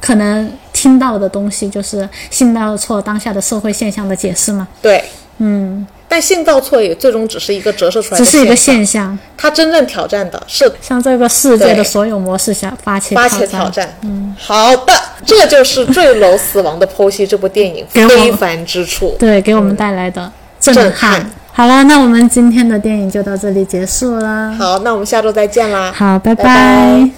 Speaker 2: 可能听到的东西就是性到错当下的社会现象的解释嘛，
Speaker 1: 对，嗯。但性倒错也最终只是一个折射出来
Speaker 2: 只
Speaker 1: 的，
Speaker 2: 是一个现象，
Speaker 1: 它真正挑战的是
Speaker 2: 向这个世界
Speaker 1: 对
Speaker 2: 的所有模式下发起
Speaker 1: 发起挑战。嗯，好的，这就是《坠楼死亡的剖析》这部电影
Speaker 2: 给我
Speaker 1: 非凡之处。
Speaker 2: 对，给我们带来的震
Speaker 1: 震
Speaker 2: 撼。
Speaker 1: 撼
Speaker 2: 好了，那我们今天的电影就到这里结束了。
Speaker 1: 好，那我们下周再见啦。
Speaker 2: 好，拜
Speaker 1: 拜拜